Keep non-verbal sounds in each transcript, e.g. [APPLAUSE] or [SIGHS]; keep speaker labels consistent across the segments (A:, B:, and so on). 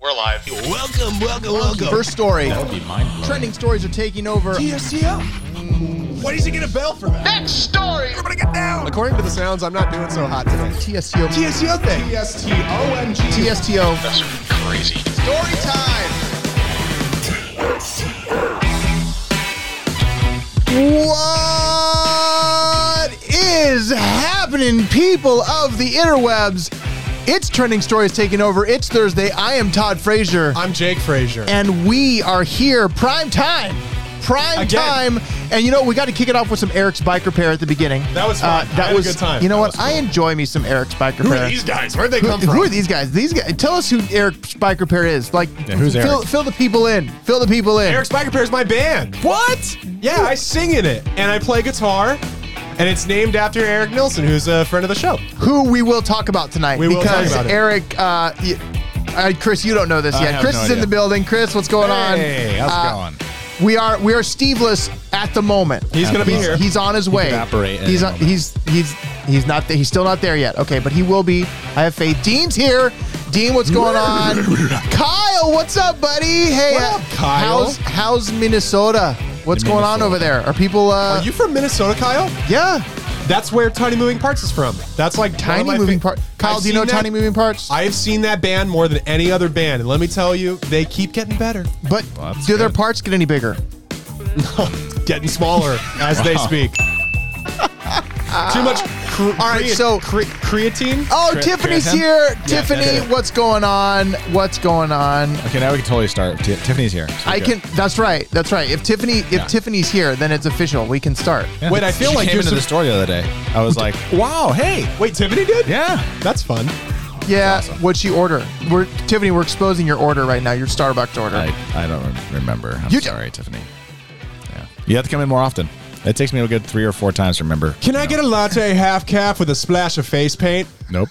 A: We're live.
B: Welcome, welcome, welcome.
C: First story.
D: be mind blowing.
C: Trending stories are taking over.
B: What is he gonna bell for? That
A: Next story.
B: Everybody get down.
C: According to the sounds, I'm not doing so hot today. TSTO.
B: TSTO thing. TSTOMG.
C: TSTO.
A: That's crazy.
C: Story time. What is happening, people of the interwebs? It's trending stories taking over. It's Thursday. I am Todd Frazier.
B: I'm Jake Frazier.
C: and we are here prime time prime
B: Again.
C: time and you know we got to kick it off with some eric's bike repair at the beginning Uh,
B: That was fun. I
C: that
B: had a
C: was
B: good time.
C: you know
B: That
C: what
B: was cool.
C: i enjoy me some eric's bike repair
B: guys? Where'd they
C: who, who are these guys these guys tell us who eric's bike repair is like
D: who's
C: fill,
D: Eric?
C: fill the people in fill the people in
B: Eric's Bike Repair is my band. What? Yeah, I sing in it and I play guitar. And it's named after Eric Nilsson, who's a friend of the show.
C: who we will talk about tonight
B: We will talk
C: because
B: about it.
C: eric uh, y- uh, Chris, you don't know this
D: I
C: yet.
D: have
C: Chris
D: no
C: is in
D: idea.
C: the building. Chris, what's going on?
D: Hey, how's
C: Uh,
D: it going?
C: We are we are Steveless at the moment.
B: He's gonna be
C: he's,
B: here.
C: he's on his way.
D: evaporate at
C: He's
D: any
C: on,
D: moment.
C: he's he's he's not there. He's still not there yet. Okay, but he will be. I have faith. Dean's here. Dean, what's going
B: [LAUGHS]
C: on? Kyle, what's up, buddy? Hey, uh,
B: What up, Kyle?
C: How's how's Minnesota? What's
D: In
C: going on
D: Minnesota.
C: over there? Are people? Uh,
B: Are you from Minnesota, Kyle?
C: yeah,
B: That's where Tiny Moving Parts is from. That's like one of
C: tiny
B: my
C: moving
B: fa-
C: parts. Kyle,
B: I've
C: do you know
B: seen that-
C: tiny moving parts?
B: I have seen that band more than any other band, and let me tell you, they keep getting
C: [LAUGHS]
B: better,
C: but
D: Well, that's
C: do their
D: good.
C: parts get any bigger?
B: getting smaller as they speak. Too much. Cre- All
C: right, so-
B: cre- creatine.
C: Oh,
D: Crit-
C: Tiffany's
D: Critan?
C: here.
D: Yeah, that's
C: Tiffany,
D: it.
C: what's going on? What's going on?
D: Okay, now we can totally start. Ti- Tiffany's here. so we
C: I can. That's right. That's right. If Tiffany, if
D: Yeah.
C: Tiffany's here, then it's official. We can start.
D: Yeah,
B: Wait, I feel
D: she
B: like
D: came
B: you're
D: into
B: sup-
D: the store the other day. I was like, wow, hey,
B: Wait, Tiffany did?
D: yeah.
B: that's fun.
C: Yeah.
D: awesome.
C: What'd she order? We're Tiffany. We're exposing your order right now. Your Starbucks order.
D: I, I don't rem- remember. I'm
C: You d-
D: sorry, Tiffany. Yeah, you have to come in more often. It takes me a good three or four times to remember.
B: Can I get a latte half calf with a splash of face paint?
D: Nope.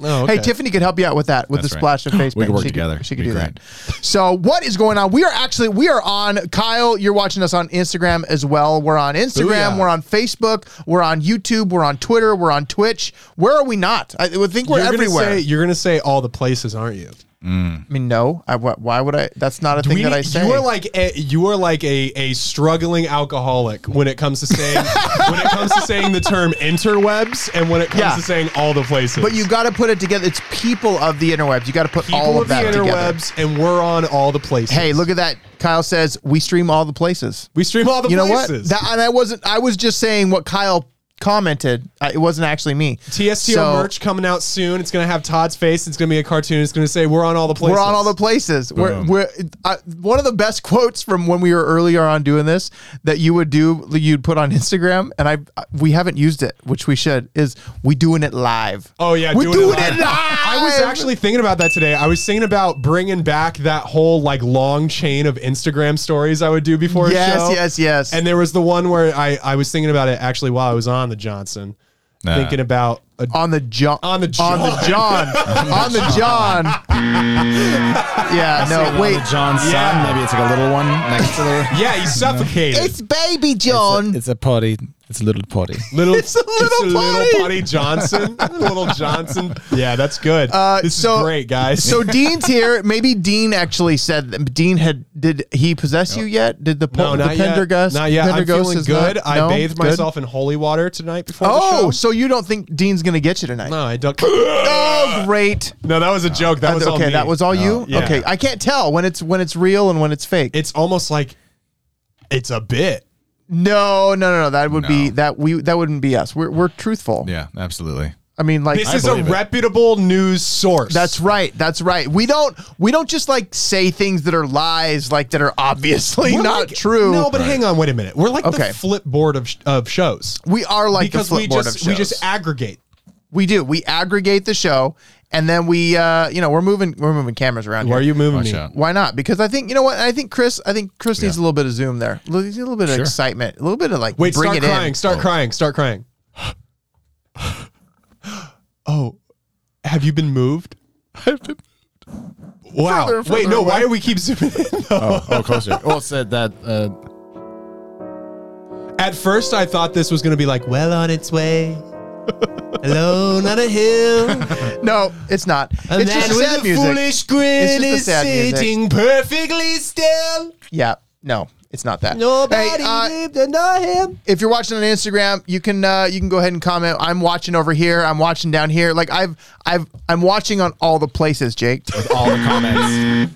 B: Oh,
C: Hey, Tiffany could help you out with that with
D: That's
C: the
D: right.
C: splash of face.
D: We could
C: paint.
D: work
C: she
D: together.
C: Could, she could
D: Be
C: do that. So what is going on? We are actually we are on Kyle. You're watching us on Instagram as well. We're on Instagram.
B: Booyah.
C: We're on Facebook. We're on YouTube. We're on Twitter. We're on Twitch. Where are we not? I would think we're
B: you're
C: everywhere.
B: Gonna say, you're gonna say all the places, aren't you?
C: I mean, no. I, wh- why would I? That's not a thing
B: We
C: that
B: need-
C: I say.
B: You are like a, you are like a, a struggling alcoholic when it comes
C: [LAUGHS]
B: to saying when it comes to saying the term interwebs and when it comes
C: Yeah.
B: to saying all the places.
C: But you got to put it together. It's people of the interwebs. You got to put
B: people
C: all of,
B: the
C: that together.
B: interwebs, and we're on all the places.
C: Hey, look at that. Kyle says we stream all the places.
B: we stream all the
C: you know
B: places.
C: what? That and I wasn't. I was just saying what Kyle commented. I, it wasn't actually me.
B: TSTO
C: So,
B: merch coming out soon. It's gonna have Todd's face. It's gonna be a cartoon. It's gonna say we're on all the places.
C: We're on all the places. We're,
D: Boom.
C: we're I, one of the best quotes from when we were earlier on doing this that you would do you'd put on Instagram and I we haven't used it which we should is we doing it live.
B: Oh yeah,
C: we're doing, it, live.
B: I was actually thinking about that today. I was thinking about bringing back that whole like long chain of Instagram stories I would do before
C: yes,
B: a show.
C: yes, yes.
B: And there was the one where I I was thinking about it actually while I was on the Johnson,
D: Nah.
B: thinking about a,
C: on the John
B: On the
C: on the
B: [LAUGHS]
C: John on the John. yeah, no, wait.
D: John's
B: Yeah.
D: Maybe it's like a little one next
B: [LAUGHS]
D: to the.
B: yeah, he suffocated.
C: It's baby John.
D: It's a potty. It's a little potty.
B: little,
C: it's a little potty.
B: little
C: [LAUGHS]
B: potty Johnson, little Johnson. Yeah, that's good.
C: Uh,
B: this
C: so-
B: is great, guys. [LAUGHS]
C: so Dean's here. Maybe Dean actually said that Dean had did he possess you yet? Did the, po-
B: no,
C: the
B: not
C: Pendergast?
B: yet. Not yet. I'm
C: Pendergast
B: feeling
C: is
B: good.
C: not-
B: I
C: no?
B: bathed
C: Good.
B: myself in holy water tonight before the show.
C: Oh, so you don't think Dean's gonna get you tonight?
B: No,
C: [LAUGHS]
B: I don't.
C: Oh, great.
B: No, that was a joke. That was all
C: okay,
B: me.
C: that was all you.
B: yeah.
C: Okay, I can't tell when it's when it's real and when it's fake.
B: It's almost like it's a bit.
C: no, no, no, no. That would be
D: No.
C: that we that wouldn't be us. We're we're truthful.
D: Yeah, absolutely.
C: I mean, like
B: This is a
D: believe it.
B: reputable news source.
C: That's right. That's right. We don't we don't just like say things that are lies, like that are obviously
B: We're
C: not
B: like-
C: true.
B: No, but hang on, wait a minute. We're like
C: Okay.
B: the flip board of sh- of shows
C: we are like
B: because
C: the
B: we
C: flipboard of
B: just
C: shows.
B: we just aggregate.
C: we do. We aggregate the show, and then we uh you know we're moving we're moving cameras around.
B: Why are
C: here.
B: you moving
D: Watch
B: me?
D: out.
C: Why not? Because I think you know what I think Chris. I think Chris needs
D: Yeah.
C: a little bit of zoom there. He needs a little bit of
D: Sure.
C: excitement. A little bit of like
B: Wait,
C: bring
B: start
C: it
B: crying,
C: in.
B: start crying, start crying. [GASPS] oh, have you been moved? Wow.
C: Further,
B: Wait,
C: further
B: no. Why
C: away.
B: do we keep zooming [LAUGHS] in? though?
D: Oh, oh closer. well, it said that. Uh,
B: At first, I thought this was going to be like well on its way. Alone on a hill,
C: No, it's not.
B: a
C: it's just
B: man with
C: sad
B: a
C: music.
B: foolish grin
C: It's just the
B: is
C: sad music.
B: sitting perfectly still.
C: Yeah. No, it's not that.
B: Nobody
C: Hey, uh,
B: lived to know him.
C: if you're watching on Instagram, you can uh, you can go ahead and comment. I'm watching over here. I'm watching down here. Like I've I've I'm watching on all the places, Jake.
D: all the comments,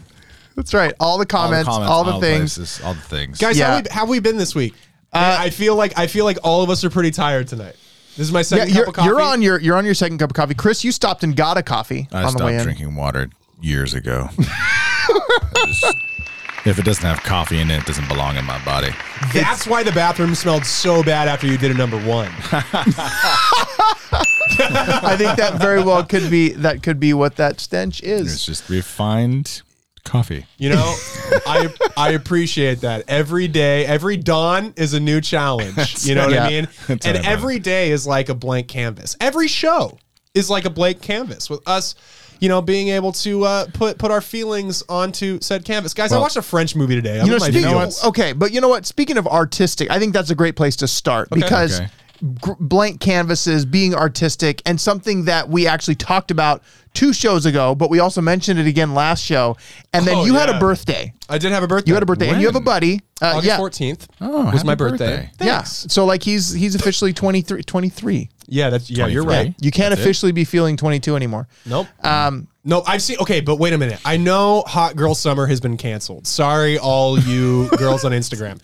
C: That's right. All the
D: all the
C: comments, all the,
D: comments,
C: things.
D: places, all the things.
B: Guys,
C: Yeah.
B: how, we, how we been this week? I feel like I feel like all of us are pretty tired tonight. This is my
C: Yeah,
B: second cup
C: you're,
B: of coffee.
C: you're on your you're on your second cup of coffee. Chris, you stopped and got a coffee
D: I
C: on the way
D: stopped
C: in.
D: drinking water years ago. [LAUGHS] I just- if it doesn't have coffee in it, it doesn't belong in my body.
B: That's why the bathroom smelled so bad after you did a number one.
C: I think that very well could be that could be what that stench
D: It's
C: is.
D: just refined coffee.
B: You know, I I appreciate that. Every day, every dawn is a
C: [LAUGHS]
B: new challenge. You know what
C: Yeah.
B: I mean?
D: That's
B: and
D: what I meant.
B: every day is like a blank canvas. Every show is like a blank canvas with us, you know, being able to uh, put put our feelings onto said canvas. Guys, I watched a French movie today. I'm
C: You know,
B: with my
C: speaking, oh,
B: dudes.
C: okay, but you know what? Speaking of artistic, I think that's a great place to start because
D: Okay.
C: gr- blank canvases, being artistic, and something that we actually talked about two shows ago, but we also mentioned it again last show. And then
B: Oh,
C: you had a
B: yeah.
C: birthday.
B: I did have a birthday.
C: You had a birthday, and you have a
D: When?
C: buddy. Uh,
B: August
C: yeah.
B: 14th
D: Oh,
B: was
D: happy
B: my birthday.
D: birthday.
C: Yeah.
B: Thanks.
C: So like he's he's officially 23 23.
B: Yeah, that's yeah, you're
D: 23.
B: right.
C: You can't
D: That's it.
C: officially be feeling 22 anymore.
B: Nope.
C: Um,
B: No, I've seen. Okay, but wait a minute. I know Hot Girl Summer has been canceled. Sorry, all
C: [LAUGHS]
B: you girls on Instagram.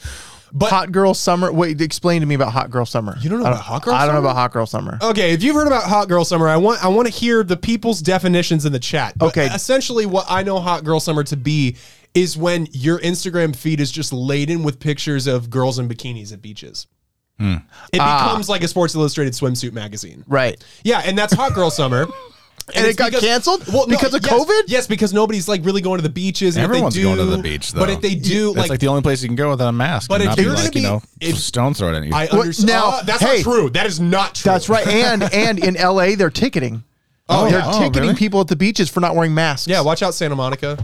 B: But
C: hot girl summer. Wait, explain to me about hot girl summer.
B: You don't know
C: I
B: about hot girl
C: I don't know
B: summer? Oh.
C: about hot girl summer.
B: okay, if you've heard about Hot Girl Summer, I want I want to hear the people's definitions in the chat. But
C: Okay.
B: essentially, what I know Hot Girl Summer to be is when your Instagram feed is just laden with pictures of girls in bikinis at beaches.
D: Hmm.
B: It
C: Ah.
B: becomes like a Sports Illustrated swimsuit magazine.
C: Right.
B: Yeah, and that's Hot Girl Summer.
C: [LAUGHS] And it
B: it's
C: got canceled? Because of
B: yes,
C: COVID?
B: Yes, because nobody's like really going to the beaches. And if they
D: Everyone's
B: do-
D: going to the beach, though.
B: But if they do,
D: That's like,
B: like,
D: the only place you can go without a mask.
B: But
D: and
B: if
D: not be
B: you're gonna
D: like, you
B: be-
D: know,
B: if-
D: stone thrown at you.
B: I
C: Well,
B: understand. Uh,
C: now-
B: that's
C: hey.
B: not true. That is not true.
C: That's right. And and in LA they're ticketing. Oh, they're
D: yeah. Oh,
C: ticketing
D: really?
C: people at the beaches for not wearing masks.
B: Yeah, watch out, Santa Monica.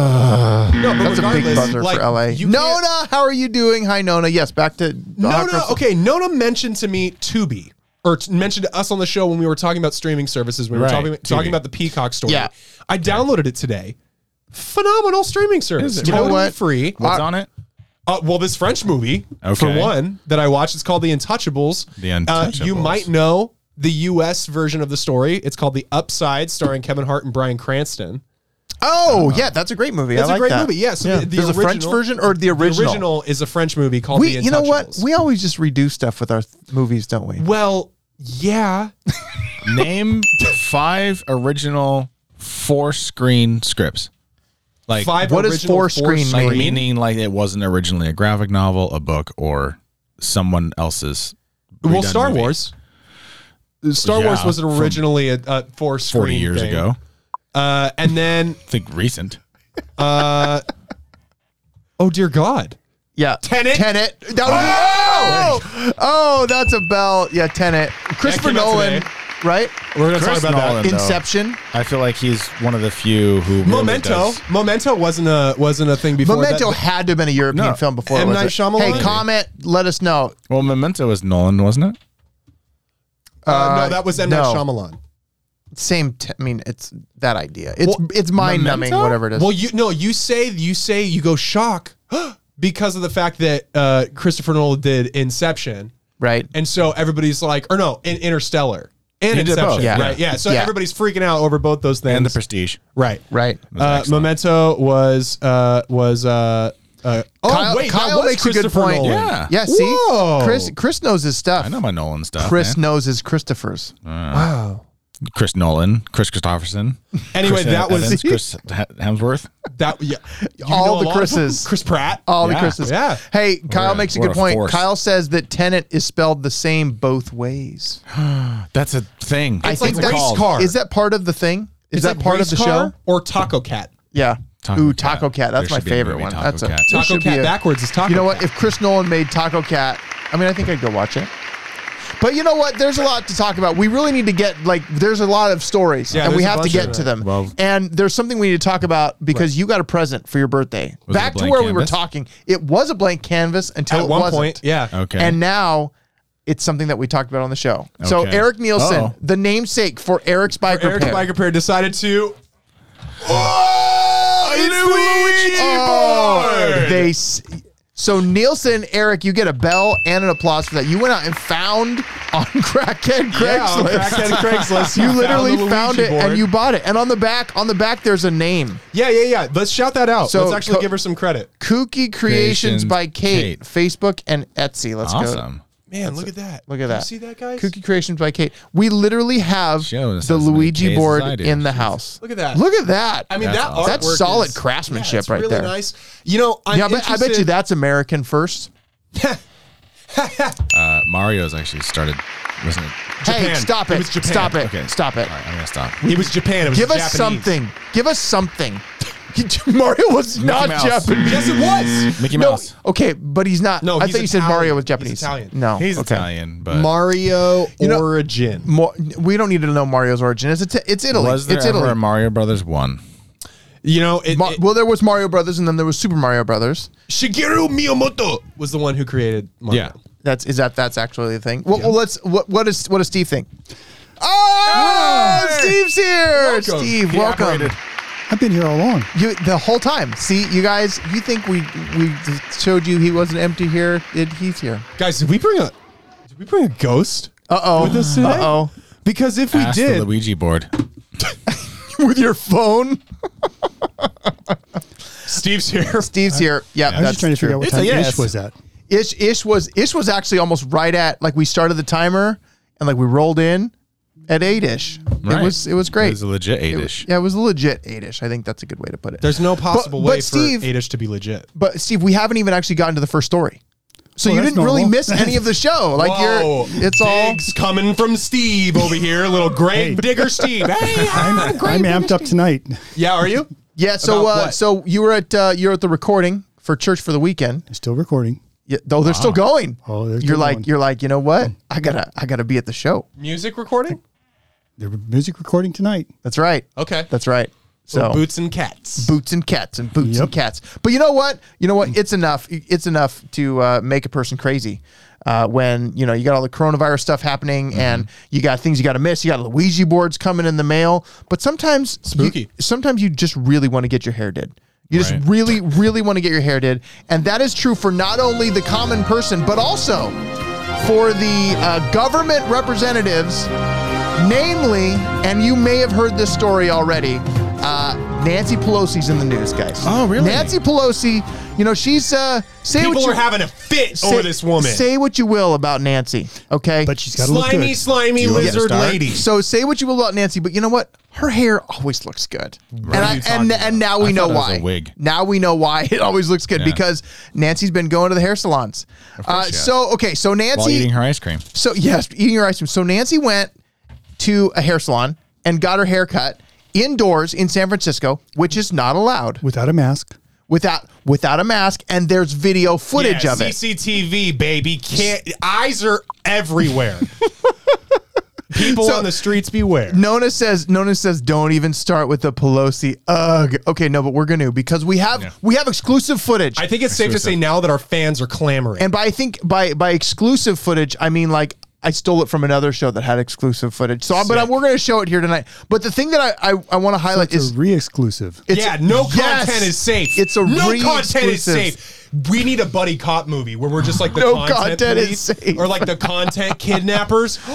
B: no, but
C: That's a big
B: regardless,
C: buzzer
B: like,
C: for LA.
B: you can't-
C: Nona, how are you doing? Hi, Nona. Yes, back to hot girl
B: Nona,
C: summer.
B: okay, Nona mentioned to me Tubi, or t- mentioned to us on the show when we were talking about streaming services. We were
D: Right,
B: talking, talking
D: Tubi.
B: about the Peacock story.
C: Yeah.
B: I downloaded it today. Phenomenal streaming service.
D: Is it?
C: You know
B: Totally
C: what?
B: Free.
D: What's
B: [LAUGHS]
D: on it?
B: Uh, well, this French movie, for
D: Okay.
B: one, that I watched, it's called The Untouchables.
D: The
B: Uh, you
D: Untouchables.
B: might know the U.S. version of the story. It's called The Upside, starring Kevin Hart and Brian Cranston.
C: Oh, yeah, that's a great movie.
B: That's
C: I
B: a
C: like
B: great
C: that.
B: movie. Yeah, so the- the
C: There's a French
B: original-
C: version or the
B: The
C: original.
B: original is a French movie called
C: we,
B: The Untouchables.
C: you know what? We always just redo stuff with our th- movies, don't we?
B: well, yeah.
D: Name five original four screen scripts. Like
B: Five
C: what does
B: original
C: four screen
D: like
C: Green?
D: meaning like it wasn't originally a graphic novel, a book, or someone else's.
B: Well,
D: redone
B: Star
D: movie
B: Wars. Star Wars
D: Yeah,
B: was originally a, a four screen
D: forty years
B: thing.
D: ago.
B: uh, and then
D: I think recent.
B: oh dear God,
C: Yeah.
B: Tenet?
C: Tenet. That was, oh! oh, that's a bell. Yeah, Tenet. Christopher
B: came out
C: Nolan,
B: today.
C: right?
B: we're gonna
D: Chris
B: talk about
D: Nolan.
B: that.
D: though.
C: Inception.
D: I feel like he's one of the few who really
B: Memento,
D: does-
B: Memento wasn't a wasn't a thing before.
C: Memento
B: that,
C: had to have been a European
D: No.
C: film before.
B: M.
C: was
B: Night
C: it?
B: Shyamalan?
C: Hey, comment. Let us know.
D: Well, Memento is Nolan, wasn't it?
B: uh,
C: uh,
B: no, that was M Night
C: no.
B: Shyamalan.
C: Same. T- I mean, it's that idea. It's
B: Well,
C: it's mind numbing.
D: Memento?
C: Whatever it is.
B: Well, you no, you say you say you go shock [GASPS] because of the fact that uh, Christopher Nolan did Inception,
C: right.
B: and so everybody's like, or no, in Interstellar and
D: He did
B: Inception,
D: both, yeah.
B: right? Yeah, so
C: Yeah.
B: everybody's freaking out over both those things.
D: And the Prestige.
B: right,
C: Right.
B: Uh,
D: excellent.
B: Memento was uh, was uh, uh, oh
C: Kyle-
B: wait,
C: Kyle
B: that was
C: makes a good
B: Christopher
C: point.
B: Nolan.
D: Yeah.
C: Yeah. See,
B: Whoa.
C: Chris Chris knows his stuff.
D: I know my Nolan stuff.
C: Chris
D: man.
C: knows his Christophers.
B: Wow.
D: Chris Nolan, Chris [LAUGHS] Christopherson.
B: Anyway,
D: Chris
B: that was
D: [LAUGHS] Evans, Chris H- Hemsworth.
B: that. Yeah, You
C: All
B: know a
C: the
B: lot of them?
C: Chris's.
B: Chris Pratt.
C: All the
D: Yeah.
C: Chris's.
B: Yeah.
C: Hey, Kyle
D: We're a-
C: makes a
D: we're
C: good
D: a
C: point.
D: force.
C: Kyle says that tenant is spelled the same both ways.
D: That's a thing.
C: I
B: It's like
C: think
B: race
C: that's
B: car.
C: Is that part of the thing? Is
B: It's
C: that
B: like
C: part of
B: race
C: the
B: car
C: show?
B: or Taco Cat?
C: Yeah.
D: Taco
C: Ooh,
D: Cat.
C: Taco Cat. That's
D: There
C: my
D: should be a
C: favorite
D: movie,
C: one.
D: Taco
C: That's a
D: Cat.
C: there
B: Taco
C: should be
B: Cat
C: a-
B: backwards is Taco
C: You know what?
B: Cat.
C: If Chris Nolan made Taco Cat, I mean, I think I'd go watch it. But you know what? There's a lot to talk about. We really need to get like there's a lot of stories,
B: Yeah,
C: and we
B: there's a
C: have to
B: bunch
C: get
B: of
C: to
B: them.
C: them.
D: Well-
C: and there's something we need to talk about because you got a present for your birthday.
D: Was it a
C: Back to
D: blank
C: where we were
D: canvas?
C: talking, it was a blank canvas until
B: At
C: it
B: one
C: wasn't.
B: point, yeah.
D: Okay.
C: And now It's something that we talked about on the show. So
D: Okay.
C: Eric Nielsen,
D: Uh-oh.
C: the namesake for Eric's biker
B: Eric
C: pair.
B: Biker Pair decided to.
D: Oh,
B: Luigi
C: Oh, they s- so Nielsen, Eric, you get a bell and an applause for that. You went out and found on [LAUGHS] Crackhead Craigslist.
B: Yeah, on
C: [LAUGHS]
B: Crackhead Craigslist.
C: You
B: found
C: literally
B: the Luigi
C: found, it
B: board.
C: and you bought it. And on the back, on the back, there's a name.
B: Yeah, yeah, yeah. Let's shout that out.
C: So-
B: Let's actually
C: co-
B: give her some credit.
C: Kooky Creations
D: Creations
C: by Kate,
D: Kate.
C: Facebook and Etsy. Let's go.
D: Awesome.
B: Man, look at that.
C: Look
B: You
C: at that.
B: see that, guys?
C: Kooky Creations by Kate. We literally have
D: Show us
C: the
D: as many
C: Luigi
D: Ks
C: board
D: as I do.
C: in the
D: Jesus.
C: house.
B: Look at that.
C: Look at that.
B: I mean, that
D: awesome.
B: artwork
C: That's solid
B: is-
C: craftsmanship
B: yeah, it's
C: right
B: really
C: there.
B: Nice. You know, I'm
C: yeah, but I bet you
B: interested-
C: that's American first.
B: [LAUGHS]
D: Uh, Mario's actually started, wasn't it?
C: Hey,
B: Japan.
C: stop
B: It
C: it.
B: was Japan.
C: Stop it.
D: Okay.
C: Stop it.
D: All right, I'm gonna stop.
B: It was Japan. It was
C: Give us
B: Japanese.
C: something. Give us something. [LAUGHS] Mario was not
D: Mouse.
C: Japanese.
B: Yes, it was.
D: Mickey
C: No,
D: Mouse.
C: okay, but he's not.
B: No,
C: I
B: he's
C: thought you said
B: Italian.
C: Mario was
B: He's
C: Japanese.
B: Italian.
C: No,
D: He's
C: okay.
D: Italian, but
B: Mario
C: You know-
B: origin.
C: Mo- we don't need to know Mario's origin. It's Ita- it's Italy.
D: was there
C: it's
D: ever
C: Italy.
D: a Mario Brothers one?
B: you know, it,
C: Ma-
B: it-
C: well, there was Mario Brothers, and then there was Super Mario Brothers.
B: Shigeru Miyamoto was the one who created Mario.
D: Yeah.
C: That's is that that's actually the thing. Well, well, let's what what is what does Steve think? Oh,
B: Hey!
C: Steve's here.
B: Welcome.
C: Steve,
B: He
C: welcome.
B: operated.
A: I've been here all along.
C: You the whole time. See, you guys. You think we we showed you he wasn't empty here? It, he's here.
B: Guys, did we bring a did we bring a ghost?
C: Uh oh.
B: With us today?
C: Uh oh.
B: Because if we
D: Ask
B: did,
D: the Luigi board.
C: With your phone.
B: Steve's here. [LAUGHS]
C: Steve's here. Yeah,
A: I was
C: that's
A: just trying to figure
C: true.
A: out what
D: It's a
A: time
D: yes.
A: ish was that.
C: Ish Ish was Ish was actually almost right at like we started the timer and like we rolled in at eight ish. It
D: Right.
C: was it was great.
D: It was a legit eight ish.
C: Yeah, it was a legit eight ish. I think that's a good way to put it.
B: There's no possible
C: But-
B: way
C: but Steve-
B: for Adish to be legit.
C: but Steve, we haven't even actually gotten to the first story. So
A: Well,
C: you
A: Oh, that's
C: didn't really
A: normal.
C: miss any of the show. Like
B: Whoa,
C: you're it's all
B: digs coming from Steve over here, little Greg
C: [LAUGHS]
B: Digger Steve. Hey, I'm
A: I'm amped up tonight.
B: Yeah, are you?
C: Yeah, so
B: About
C: uh,
B: what?
C: so you were at uh, you're at the recording for church for the weekend.
A: It's still recording.
C: Yeah, though they're still going.
A: Oh, they're
C: you're
A: still
C: like
A: going. Oh.
C: you're like, you know what? I gotta I gotta be at the show.
B: Music recording?
A: There were music recording tonight.
C: That's right.
B: Okay.
C: That's right. So
B: Little boots and cats.
C: boots and cats and boots and
A: Yep.
C: cats. But you know what? You know what? It's enough. It's enough to uh, make a person crazy. Uh, when you know you got all the coronavirus stuff happening, and you got things you got to miss. You got Luigi boards coming in the mail, but sometimes you-
B: Spooky.
C: sometimes you just really want to get your hair did. You just
D: Right.
C: really, really want to get your hair did, and that is true for not only the common person, but also for the uh, government representatives Namely, and you may have heard this story already. Uh, Nancy Pelosi's in the news, guys.
D: Oh, really?
C: Nancy Pelosi, you know she's uh, say what
B: People
C: you,
B: are having a fit
C: say,
B: over this woman.
C: Say what you will about Nancy, okay?
A: But she's got to look
B: slimy,
A: good.
B: slimy
D: you want me to
B: lizard
D: start?
B: lady.
C: so say what you will about Nancy, but you know what? Her hair always looks good, and
B: you talking
C: and
B: about?
C: and now we
D: I
C: know
D: thought it was
C: why.
D: a wig.
C: Now we know why [LAUGHS] it always looks good
D: Yeah.
C: because Nancy's been going to the hair salons. Uh,
D: she has.
C: so okay, so Nancy
D: While eating her ice cream.
C: So yes, eating your ice cream. So Nancy went to a hair salon and got her hair cut indoors in San Francisco, which is not allowed
A: Without a mask.
C: without without a mask. And there's video footage
B: yeah,
C: of it.
B: CCTV, baby. Can't eyes are
C: [LAUGHS]
B: everywhere. People
C: So-
B: on the streets beware.
C: Nona says, Nona says, don't even start with the Pelosi. Ugh. Okay, no, but we're gonna because we have
D: Yeah.
C: we have exclusive footage.
B: I think it's safe to say now that our fans are clamoring.
C: and by I think by by exclusive footage, I mean like I stole it from another show that had exclusive footage. So, but I,
B: Sick.
C: we're gonna show it here tonight. But the thing that I I, I want to highlight
A: It's
C: is
A: a re exclusive.
C: it's-
B: yeah, no
C: Yes!
B: content is safe.
C: It's a
B: no
C: re-
B: content is
C: exclusive.
B: safe. We need a buddy cop movie where we're just like the
C: No
B: content,
C: content is
B: police
C: safe.
B: or like
C: [LAUGHS]
B: the content kidnappers. [GASPS]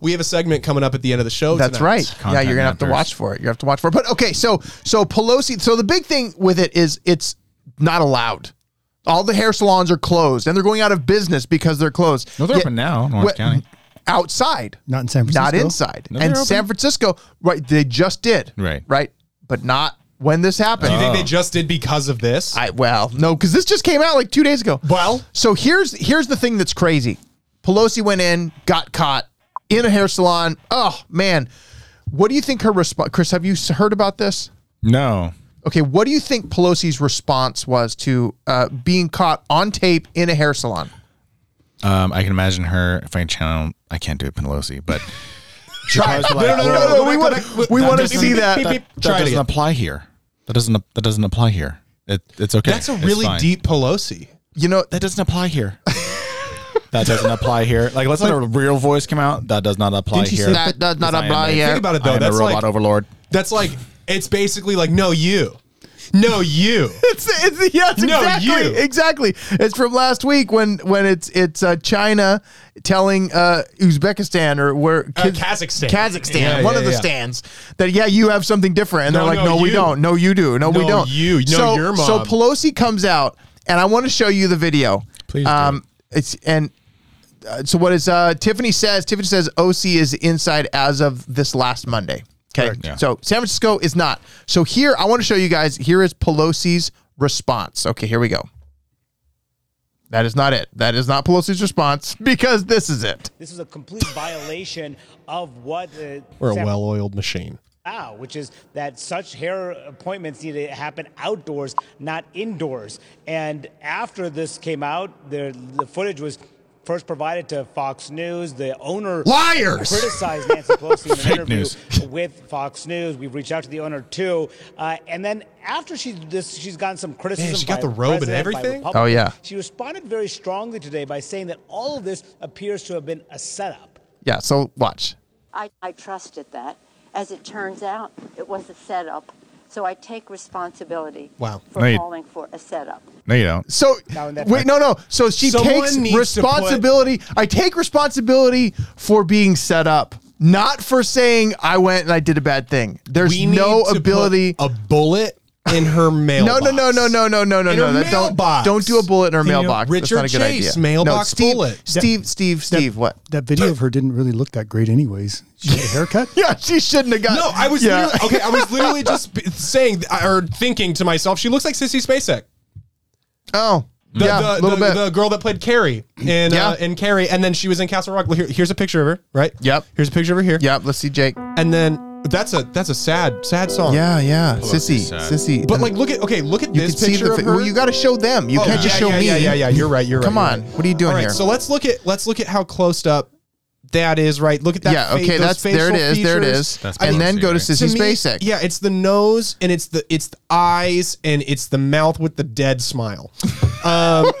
B: we have a segment coming up at the end of the show.
C: That's
B: tonight.
C: right. yeah,
D: Content
C: you're gonna have to
D: matters.
C: watch for it. You have to watch for it. But okay, so so Pelosi. So the big thing with it is it's not allowed. All the hair salons are closed, and they're going out of business because they're closed.
D: No, they're
C: Yet-
D: open now in Orange
C: What- [LAUGHS]
D: County.
C: Outside,
A: Not in San Francisco.
C: not inside.
D: No,
C: and
D: they're open.
C: San Francisco, right? They just did.
D: Right.
C: Right. But not when this happened.
B: Do you think they just did because of this?
C: I well, no, because this just came out like two days ago.
B: Well-
C: so here's here's the thing that's crazy. Pelosi went in, got caught in a hair salon. Oh man, what do you think her response? Chris, have you s- heard about this?
D: No.
C: Okay, what do you think Pelosi's response was to uh, being caught on tape in a hair salon?
D: Um, I can imagine her if I channel. I can't do it, Pelosi, but
C: Try. No, no, no, no,
B: no,
C: no,
B: no,
C: We
B: no,
C: want
B: no, no,
C: we
B: no,
C: want
B: no,
C: to see
B: beep,
C: that.
B: beep, beep, beep.
D: that
B: Try it
D: doesn't
B: again.
D: apply here. That doesn't. That doesn't apply here. It, it's okay.
B: That's a
D: It's
B: really
D: fine.
B: deep Pelosi.
C: You know,
D: That doesn't apply here. That doesn't apply here. Like, let's let a real voice come out. That does not apply
A: Didn't you
D: here.
A: say-
C: That does not
D: I am
C: apply
D: a-
C: here.
B: Think about it
D: I
B: though.
D: am a
B: That's
D: robot
B: like
D: overlord.
B: that's like it's basically like no you, no you.
C: It's, it's yeah, it's
B: No,
C: exactly
B: you.
C: exactly. It's from last week when when it's it's uh, China telling uh, Uzbekistan or where kids-
B: Uh, Kazakhstan.
C: Kazakhstan,
B: Yeah,
C: one
B: yeah,
C: of the
B: yeah.
C: stands that yeah you have something different, and
B: No,
C: they're like
B: no,
C: no, we
B: you.
C: don't, no you do, no, we
B: No,
C: don't.
B: you. No,
C: so,
B: your
C: So
B: mom.
C: Pelosi comes out, and I want to show you the video. Um,
D: Please do.
C: it's and uh, so what is uh, Tiffany says? Tiffany says OC is inside as of this last Monday. Okay,
D: Correct. Yeah.
C: so San Francisco is not. So here, I want to show you guys. Here is Pelosi's response. Okay, here we go. That is not it. That is not Pelosi's response [LAUGHS] because this is it.
E: This is a complete violation of what uh,
B: [LAUGHS] We're a
E: San
B: well-oiled machine.
E: now, which is that such hair appointments need to happen outdoors, not indoors. And after this came out, the, the footage was first provided to Fox News. The owner
B: Liars!
E: criticized Nancy
B: [LAUGHS]
E: Pelosi in an interview
D: news.
E: with Fox News. We've reached out to the owner too, uh, and then after she this, she's gotten some criticism.
B: she got
E: by
B: the robe and
E: president, by
B: everything?
E: Republicans.
C: Oh, yeah.
E: She responded very strongly today by saying that all of this appears to have been a setup.
C: Yeah. So watch.
F: I, I trusted that. As it turns out, it was a setup. So I take responsibility
B: Wow.
F: for
D: No, you-
F: calling for a setup.
D: No, you don't.
C: So
E: Now in that-
C: wait, no, no. So she
B: Someone
C: takes
B: needs to put-
C: responsibility. I take responsibility for being set up, not for saying I went and I did a bad thing. There's
B: We
C: no
B: need to put
C: ability.
B: a bullet in her
C: [LAUGHS] No,
B: mailbox.
C: no, no, no, no, no, no, no,
B: In
C: no.
B: her
C: That don't
B: mailbox.
C: don't do a bullet in her
B: You know,
C: mailbox. That's
B: Richard
C: not a good
B: Chase,
C: idea. no,
B: mailbox
C: Steve,
B: bullet.
C: Steve, Steve, Steve. What?
A: That video of her didn't really look that great, anyways. She had
C: [LAUGHS]
A: a haircut.
C: Yeah, she shouldn't have got.
B: No, I was
C: Yeah.
B: literally, okay. I
C: [LAUGHS]
B: was literally just b- saying or thinking to myself, she looks like Sissy Spacek,
C: oh,
B: the,
C: yeah,
B: the,
C: a little
B: the,
C: bit.
B: the girl that played Carrie in
C: Yeah.
B: uh, in Carrie, and then she was in Castle Rock. Here, here's a picture of her, right?
C: Yep.
B: Here's a picture of her here.
C: yeah, let's see, Jake.
B: And then that's a that's a sad sad song.
C: Yeah, yeah, sissy,
D: this side.
C: sissy.
B: But like, look at okay, look at
C: you
B: this
C: can see
B: picture
C: the.
B: of
C: Fa-
B: her.
C: well, you got to show them. You
B: Oh,
C: can't
B: yeah,
C: just show
B: yeah,
C: me.
B: Yeah, yeah, yeah. You're right. You're right.
C: Come
B: you're
C: on,
B: right.
C: what are you doing
B: All right,
C: here?
B: So let's look at let's look at how close up that is. Right. Look at that.
C: yeah,
B: fa-
C: okay, that's
B: those
C: there. It
B: facial
C: is. There it
B: features.
C: is.
D: That's
C: and then
D: Pelosi,
C: go to
D: right?
B: To
C: Sissy
B: me,
C: Spacek.
B: Yeah, it's the nose and it's the it's the eyes and it's the mouth with the dead
C: [LAUGHS]
B: smile. Um,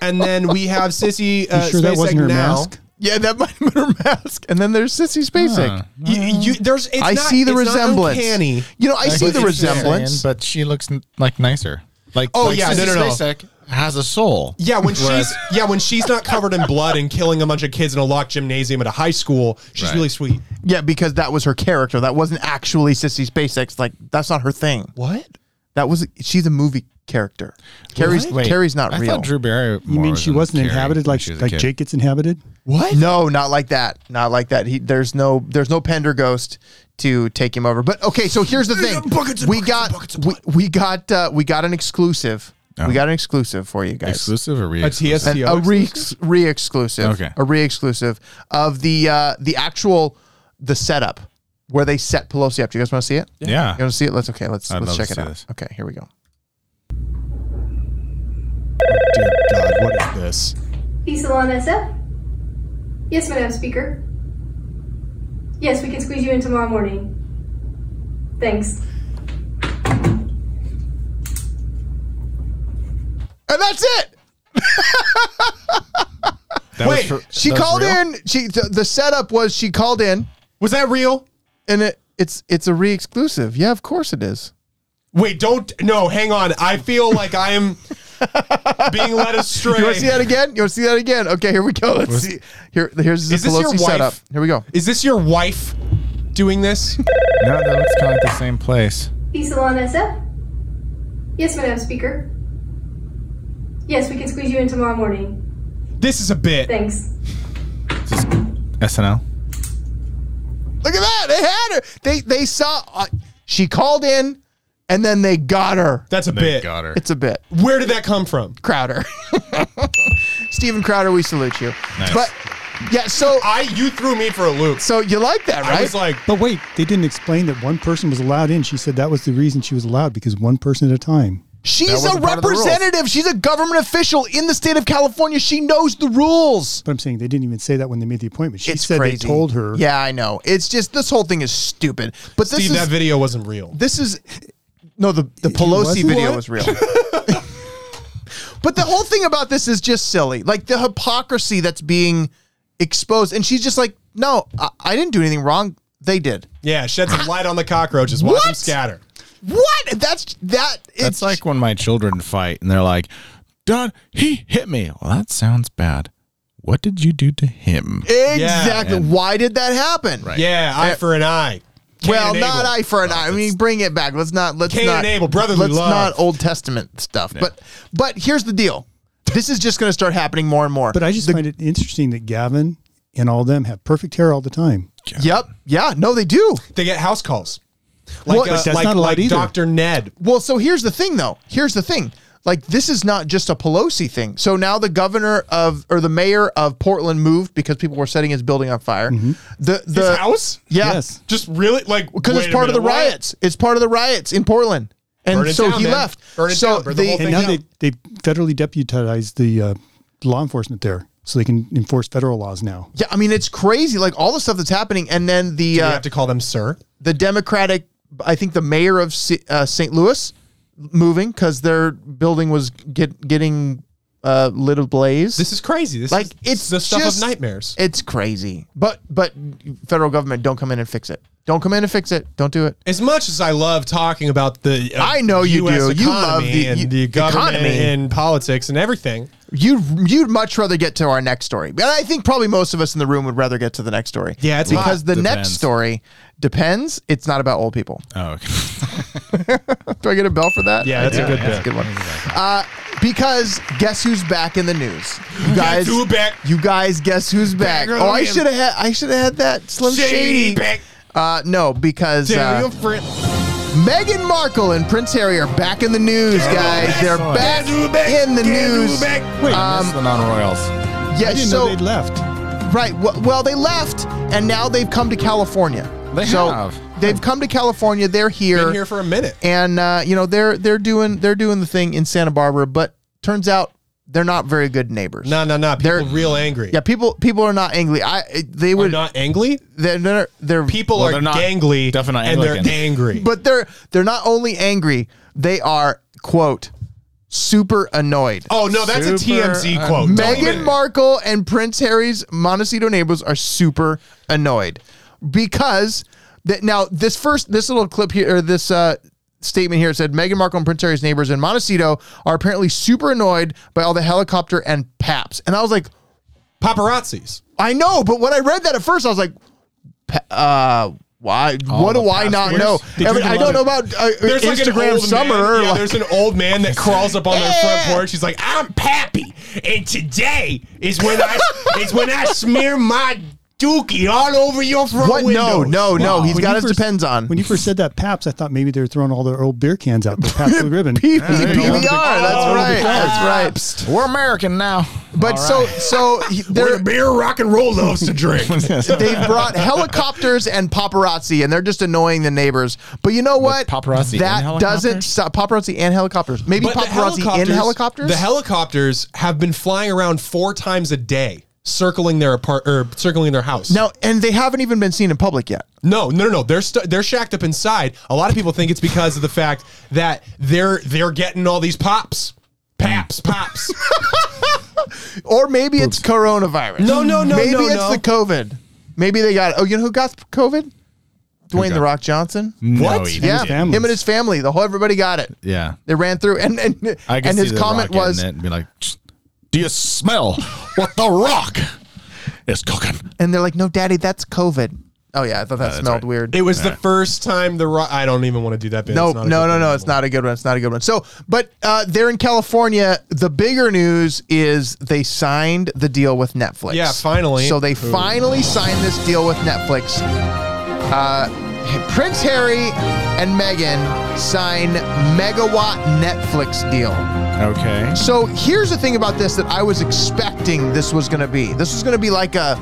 B: and then we have Sissy uh,
A: You sure
B: Spacek
A: that wasn't her
B: now.
A: mask?
C: yeah, that might have been her mask. And then there's Sissy Spacek.
D: Huh.
B: You, you, there's, it's
C: I
B: not-
C: see the
B: it's not
C: resemblance.
B: uncanny.
C: You know, I see
D: But
C: the
D: it's
C: resemblance.
D: Saying, but she looks n- like nicer. Like
B: Oh,
D: like
B: yeah, no,
D: Sissy
B: no, no.
D: Spacek has a soul.
B: Yeah, when she's yeah when she's not covered in blood and killing a bunch of kids in a locked gymnasium at a high school, she's
D: Right.
B: really sweet.
C: yeah, because that was her character. That wasn't actually Sissy Spacek's. Like, that's not her thing.
B: What?
C: That was she's a movie character. Carrie's
D: Wait,
C: Carrie's not
D: I
C: real.
D: Thought Drew Barry.
A: You mean she wasn't inhabited like like Jake gets inhabited?
B: What?
C: no, not like that. Not like that. He, there's no there's no Penderghost to take him over. But okay, so here's the thing.
B: um, Buckets and
C: we
B: buckets and buckets
C: got
B: and
C: we, we got uh, we got an exclusive.
D: Oh.
C: We got an exclusive for you guys.
D: Exclusive or re?
B: A TS
C: And a re re exclusive.
D: Okay.
C: A re exclusive of the uh, the actual the setup where they set Pelosi up. Do you guys want to see it?
D: Yeah.
C: You want to see it? Let's okay. Let's
D: I'd
C: let's
D: love
C: check
D: to
C: it
D: see
C: out.
D: this.
C: Okay. Here we go.
B: Dear God, what is this?
G: Salon SF? Yes, Madam Speaker. Yes, we can squeeze you in tomorrow morning. Thanks.
C: And that's it.
D: That was
B: Wait,
D: for-
C: She
D: that was
C: called
D: real?
C: in. She th- the setup was she called in
B: Was that real?
C: and it it's it's a re exclusive. Yeah, of course it is.
B: Wait, don't no, hang on. I feel like
C: [LAUGHS]
B: I am being led astray.
C: You want to see that again? You want to see that again? Okay, here we go. Let's see. Here, here's the
B: Is this your
C: Pelosi
B: wife?
C: setup. Here we go.
B: Is this your wife doing [LAUGHS] this?
D: No, that looks kind of like the same place.
G: Salon SF? Yes, Madam Speaker. Yes, we can squeeze you in tomorrow morning.
B: This is a bit.
G: Thanks.
D: SNL.
C: Look at that. They had her. They they saw. Uh, she called in, and then they got her.
B: That's a
D: They
B: bit.
D: got her.
C: It's a bit.
B: Where did that come from?
C: Crowder. [LAUGHS] Stephen Crowder, we salute you.
D: Nice.
C: But yeah, so
B: I you threw me for a loop.
C: so you like that,
B: I
C: right?
B: was like,
A: But wait, they didn't explain that one person was allowed in. She said that was the reason she was allowed because one person at a time.
C: She's
D: wasn't
C: a
D: part of the rules.
C: representative. She's a government official in the state of California. She knows the rules.
A: But I'm saying they didn't even say that when they made the appointment. She
C: It's
A: said
C: crazy.
A: they told her.
C: Yeah, I know. It's just this whole thing is stupid. But this
B: Steve,
C: is
B: that video wasn't real.
C: this is no the the Pelosi
A: wasn't?
C: video
A: What?
C: was real. [LAUGHS] But the whole thing about this is just silly. Like the hypocrisy that's being exposed. And she's just like, no, I, I didn't do anything wrong. They did.
B: Yeah, shed some light on the cockroaches. Watch them
C: What?
B: scatter.
C: What? That's that.
D: That's like when my children fight and they're like, Dad, he hit me. Well, that sounds bad. What did you do to him?
C: exactly.
D: and-
C: Why did that happen?
D: Right.
B: Yeah, eye
C: Uh,
B: for an eye. Cain
C: Well,
B: and
C: not
B: Abel.
C: eye for an eye. I mean, bring it back. Let's not. Let's
B: Cain
C: not.
B: and Abel, brotherly
C: let's
B: love.
C: not Old Testament stuff. But but here's the deal. This is just going to start happening more and more.
A: But I just find it interesting that Gavin and all them have perfect hair all the time.
C: yep. Yeah. No, they do.
B: They get house calls.
C: Well,
B: Like, uh,
C: that's
B: like,
A: not allowed
B: like
A: either.
B: Dr. Ned.
C: Well, so here's the thing, though. Here's the thing. Like, this is not just a Pelosi thing. So now the governor of or the mayor of Portland moved because people were setting his building on fire. The the
B: Mm-hmm. His house?
C: Yeah.
A: Yes.
B: Just really like
C: Because
B: wait
C: it's
B: a
C: part of the
B: minute, what?
C: riots. It's part of the riots in Portland. And
B: Burn it
C: so
B: down,
C: he
B: man.
C: left.
B: Burn it
C: so
B: down. Burn the whole
A: And
B: thing
A: now
B: down.
A: they, they federally deputized the uh, law enforcement there so they can enforce federal laws now.
C: Yeah, I mean it's crazy. Like all the stuff that's happening, and then the
B: You
C: uh,
B: have to call them sir.
C: the Democratic, I think the mayor of C- uh, St. Louis, moving because their building was get, getting uh, lit ablaze.
B: This is crazy. This
C: like
B: is
C: it's
B: the stuff
C: just-
B: of nightmares.
C: It's crazy. But but federal government don't come in and fix it. Don't come in and fix it. Don't do it.
B: As much as I love talking about the, uh,
C: I know you
B: US
C: do. You love
B: economy
C: the-
B: and
C: you-
B: the government
C: economy.
B: and politics and everything.
C: You'd you'd much rather get to our next story. But I think probably most of us in the room would rather get to the next story.
B: Yeah, it's
C: because
B: hot.
C: the next
D: Depends.
C: story depends. It's not about old people.
D: Oh, okay. [LAUGHS]
C: Do I get a bell for that?
B: Yeah, that's a good
C: that's a
B: bit.
C: good one. Uh, because guess who's back in the news? You guys,
B: who back?
C: You guys, guess who's back?
B: Back
C: oh, I
B: again.
C: should have had. I should have had that Slim Shady.
B: back.
C: Uh, no, because uh,
B: Daniel Fran-
C: Meghan Markle and Prince Harry are back in the news, guys. They're
D: Excellent.
C: back
B: Guess who back?
C: in the
B: Guess who
C: news.
B: back?
D: Wait,
C: Um,
D: the non-royals.
C: Yeah,
A: I didn't
C: so
A: know they'd left.
C: right. Well, well, they left, and now they've come to California.
D: They
C: so
D: have.
C: They've come to California. They're
B: Been here for a minute.
C: and uh, you know they're they're doing they're doing the thing in Santa Barbara, but turns out they're not very good neighbors.
B: No, no, no. People
C: They're-
B: real angry.
C: Yeah, people people are not angry. I they
B: Are
C: would
B: not angry.
C: they're, they're they're
B: People
D: Well,
B: are
D: they're not-
B: gangly
D: definitely not
B: and they're
D: Anglican.
B: angry.
C: but they're they're not only angry, they are quote super annoyed.
B: oh no, that's a
D: Super
B: TMZ quote. Don't
C: Meghan
B: even-
C: Markle and Prince Harry's Montecito neighbors are super annoyed because that now this first this little clip here or this uh, statement here said Meghan Markle and Prince Harry's neighbors in Montecito are apparently super annoyed by all the helicopter and paps, and I was like,
B: paparazzis.
C: I know, but when I read that at first, I was like, pa- uh. Why? what do
D: the
C: I
D: paps.
C: not
D: Where's-
C: know?
A: Did
C: I,
A: you
C: mean, I
A: love
C: don't know
A: it?
C: about uh,
B: There's like an
C: Instagram
B: old
C: summer.
B: Man, yeah,
C: like-
B: there's an old man that crawls up on their
C: Yeah.
B: front porch. He's like, "I'm Pappy, and today is when I
C: [LAUGHS]
B: is when I smear my dookie all over your front
C: what? No,
B: window."
C: no, no. He's
A: When
C: got
A: you
C: his
A: first-
C: depends on.
A: When you first said that, Paps, I thought maybe they were throwing all their old beer cans
C: [LAUGHS]
A: out the Paps Blue Ribbon.
C: P-
D: there you go.
C: PBR. That's
B: Oh,
C: right. That's right.
B: Pabst.
D: We're American now.
C: But so so
B: [LAUGHS]
C: he-
B: We're
C: they're,
B: the beer, rock and roll loves to drink.
C: they've brought helicopters and paparazzi, and they're just annoying the neighbors. But you know what?
D: paparazzi and
C: that doesn't
D: helicopters?
C: stop paparazzi and helicopters. Maybe
B: But the
C: paparazzi in helicopters.
B: The helicopters have been flying around four times a day, circling their apart or circling their house.
C: now, and they haven't even been seen in public yet.
B: No, no, no, no. They're stu they they're shacked up inside. A lot of people think it's because of the fact that they're they're getting all these pops, paps, pops.
C: Or maybe it's coronavirus.
B: No, no, no,
C: Maybe
B: no,
C: it's
B: no.
C: the COVID. Maybe they got. Oh, you know who got COVID? Dwayne
D: got
C: the
D: it?
C: Rock Johnson.
D: No,
B: What?
D: he
C: Yeah,
D: didn't.
A: family.
C: him and his family. The whole everybody got it.
D: Yeah.
C: They ran through, and and
D: I can
C: and
D: see
C: his
D: the
C: comment
D: rock
C: was,
D: in it and be like, "Do you smell what the rock is cooking?"
C: and they're like, "No, Daddy, that's COVID." Oh yeah, I thought that
D: that's
C: smelled
D: right.
C: weird.
B: It [LAUGHS] was the first time the ro- I don't even want to do that. Bit.
C: No,
B: It's
C: no,
B: not a good
C: no,
B: bit
C: no. It's
B: anymore.
C: not a good one. It's not a good one. So, but uh, they're in California. The bigger news is they signed the deal with Netflix.
B: Yeah, finally.
C: So they
B: Ooh.
C: finally signed this deal with Netflix. Uh, Prince Harry and Meghan sign megawatt Netflix deal.
D: Okay.
C: So here's the thing about this that I was expecting this was going to be. This was going to be like a,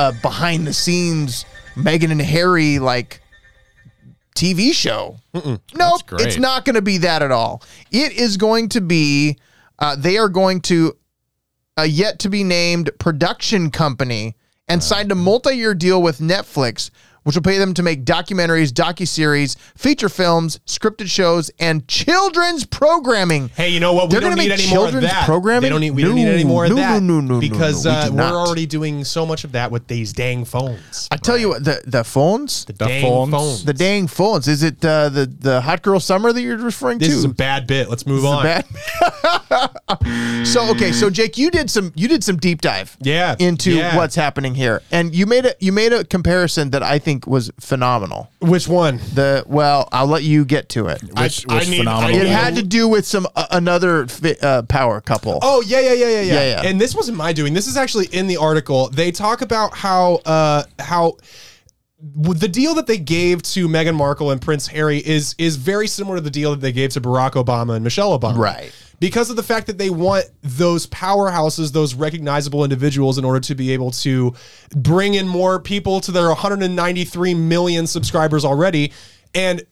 C: a behind the scenes Meghan and Harry like TV show. No,
D: great.
C: it's not going to be that at all. It is going to be uh, they are going to uh, a
D: Uh-huh.
C: yet to be named production company and signed a multi year deal with Netflix which will pay them to make documentaries, docuseries, feature films, scripted shows, and children's programming.
B: Hey, you know what? We
C: They're
B: don't
C: gonna
B: need
C: make
B: any more of
C: children's
B: that.
C: programming?
B: They don't need. We
C: No,
B: don't need any more of
C: no,
B: that.
C: no, no, no, no,
B: because
C: no, we
B: uh,
C: do
B: we're
C: not.
B: already doing so much of that with these dang phones.
C: I tell you what, the the phones,
B: the dang
D: phones.
B: phones.
C: the dang phones. Is it uh, the the hot girl summer that you're referring
B: this
C: to? [LAUGHS]
B: is a bad bit. Let's move on.
C: Bad- [LAUGHS] so okay, so Jake, you did some you did some deep dive,
B: Yeah,
C: into
B: yeah.
C: what's happening here, and you made a you made a comparison that I think was phenomenal.
B: Which one?
C: The well, I'll let you get to it.
D: Which
B: I
D: was
B: need-
D: phenomenal.
B: I
C: It
B: need-
C: had to do with some uh, another fi- uh, power couple.
B: Oh yeah, yeah, yeah, yeah, yeah,
C: Yeah, yeah.
B: And this wasn't my doing. This is actually in the article. They talk about how uh how w- the deal that they gave to Meghan Markle and Prince Harry is is very similar to the deal that they gave to Barack Obama and Michelle Obama.
C: Right.
B: Because of the fact that they want those powerhouses, those recognizable individuals, in order to be able to bring in more people to their 193 million subscribers already, and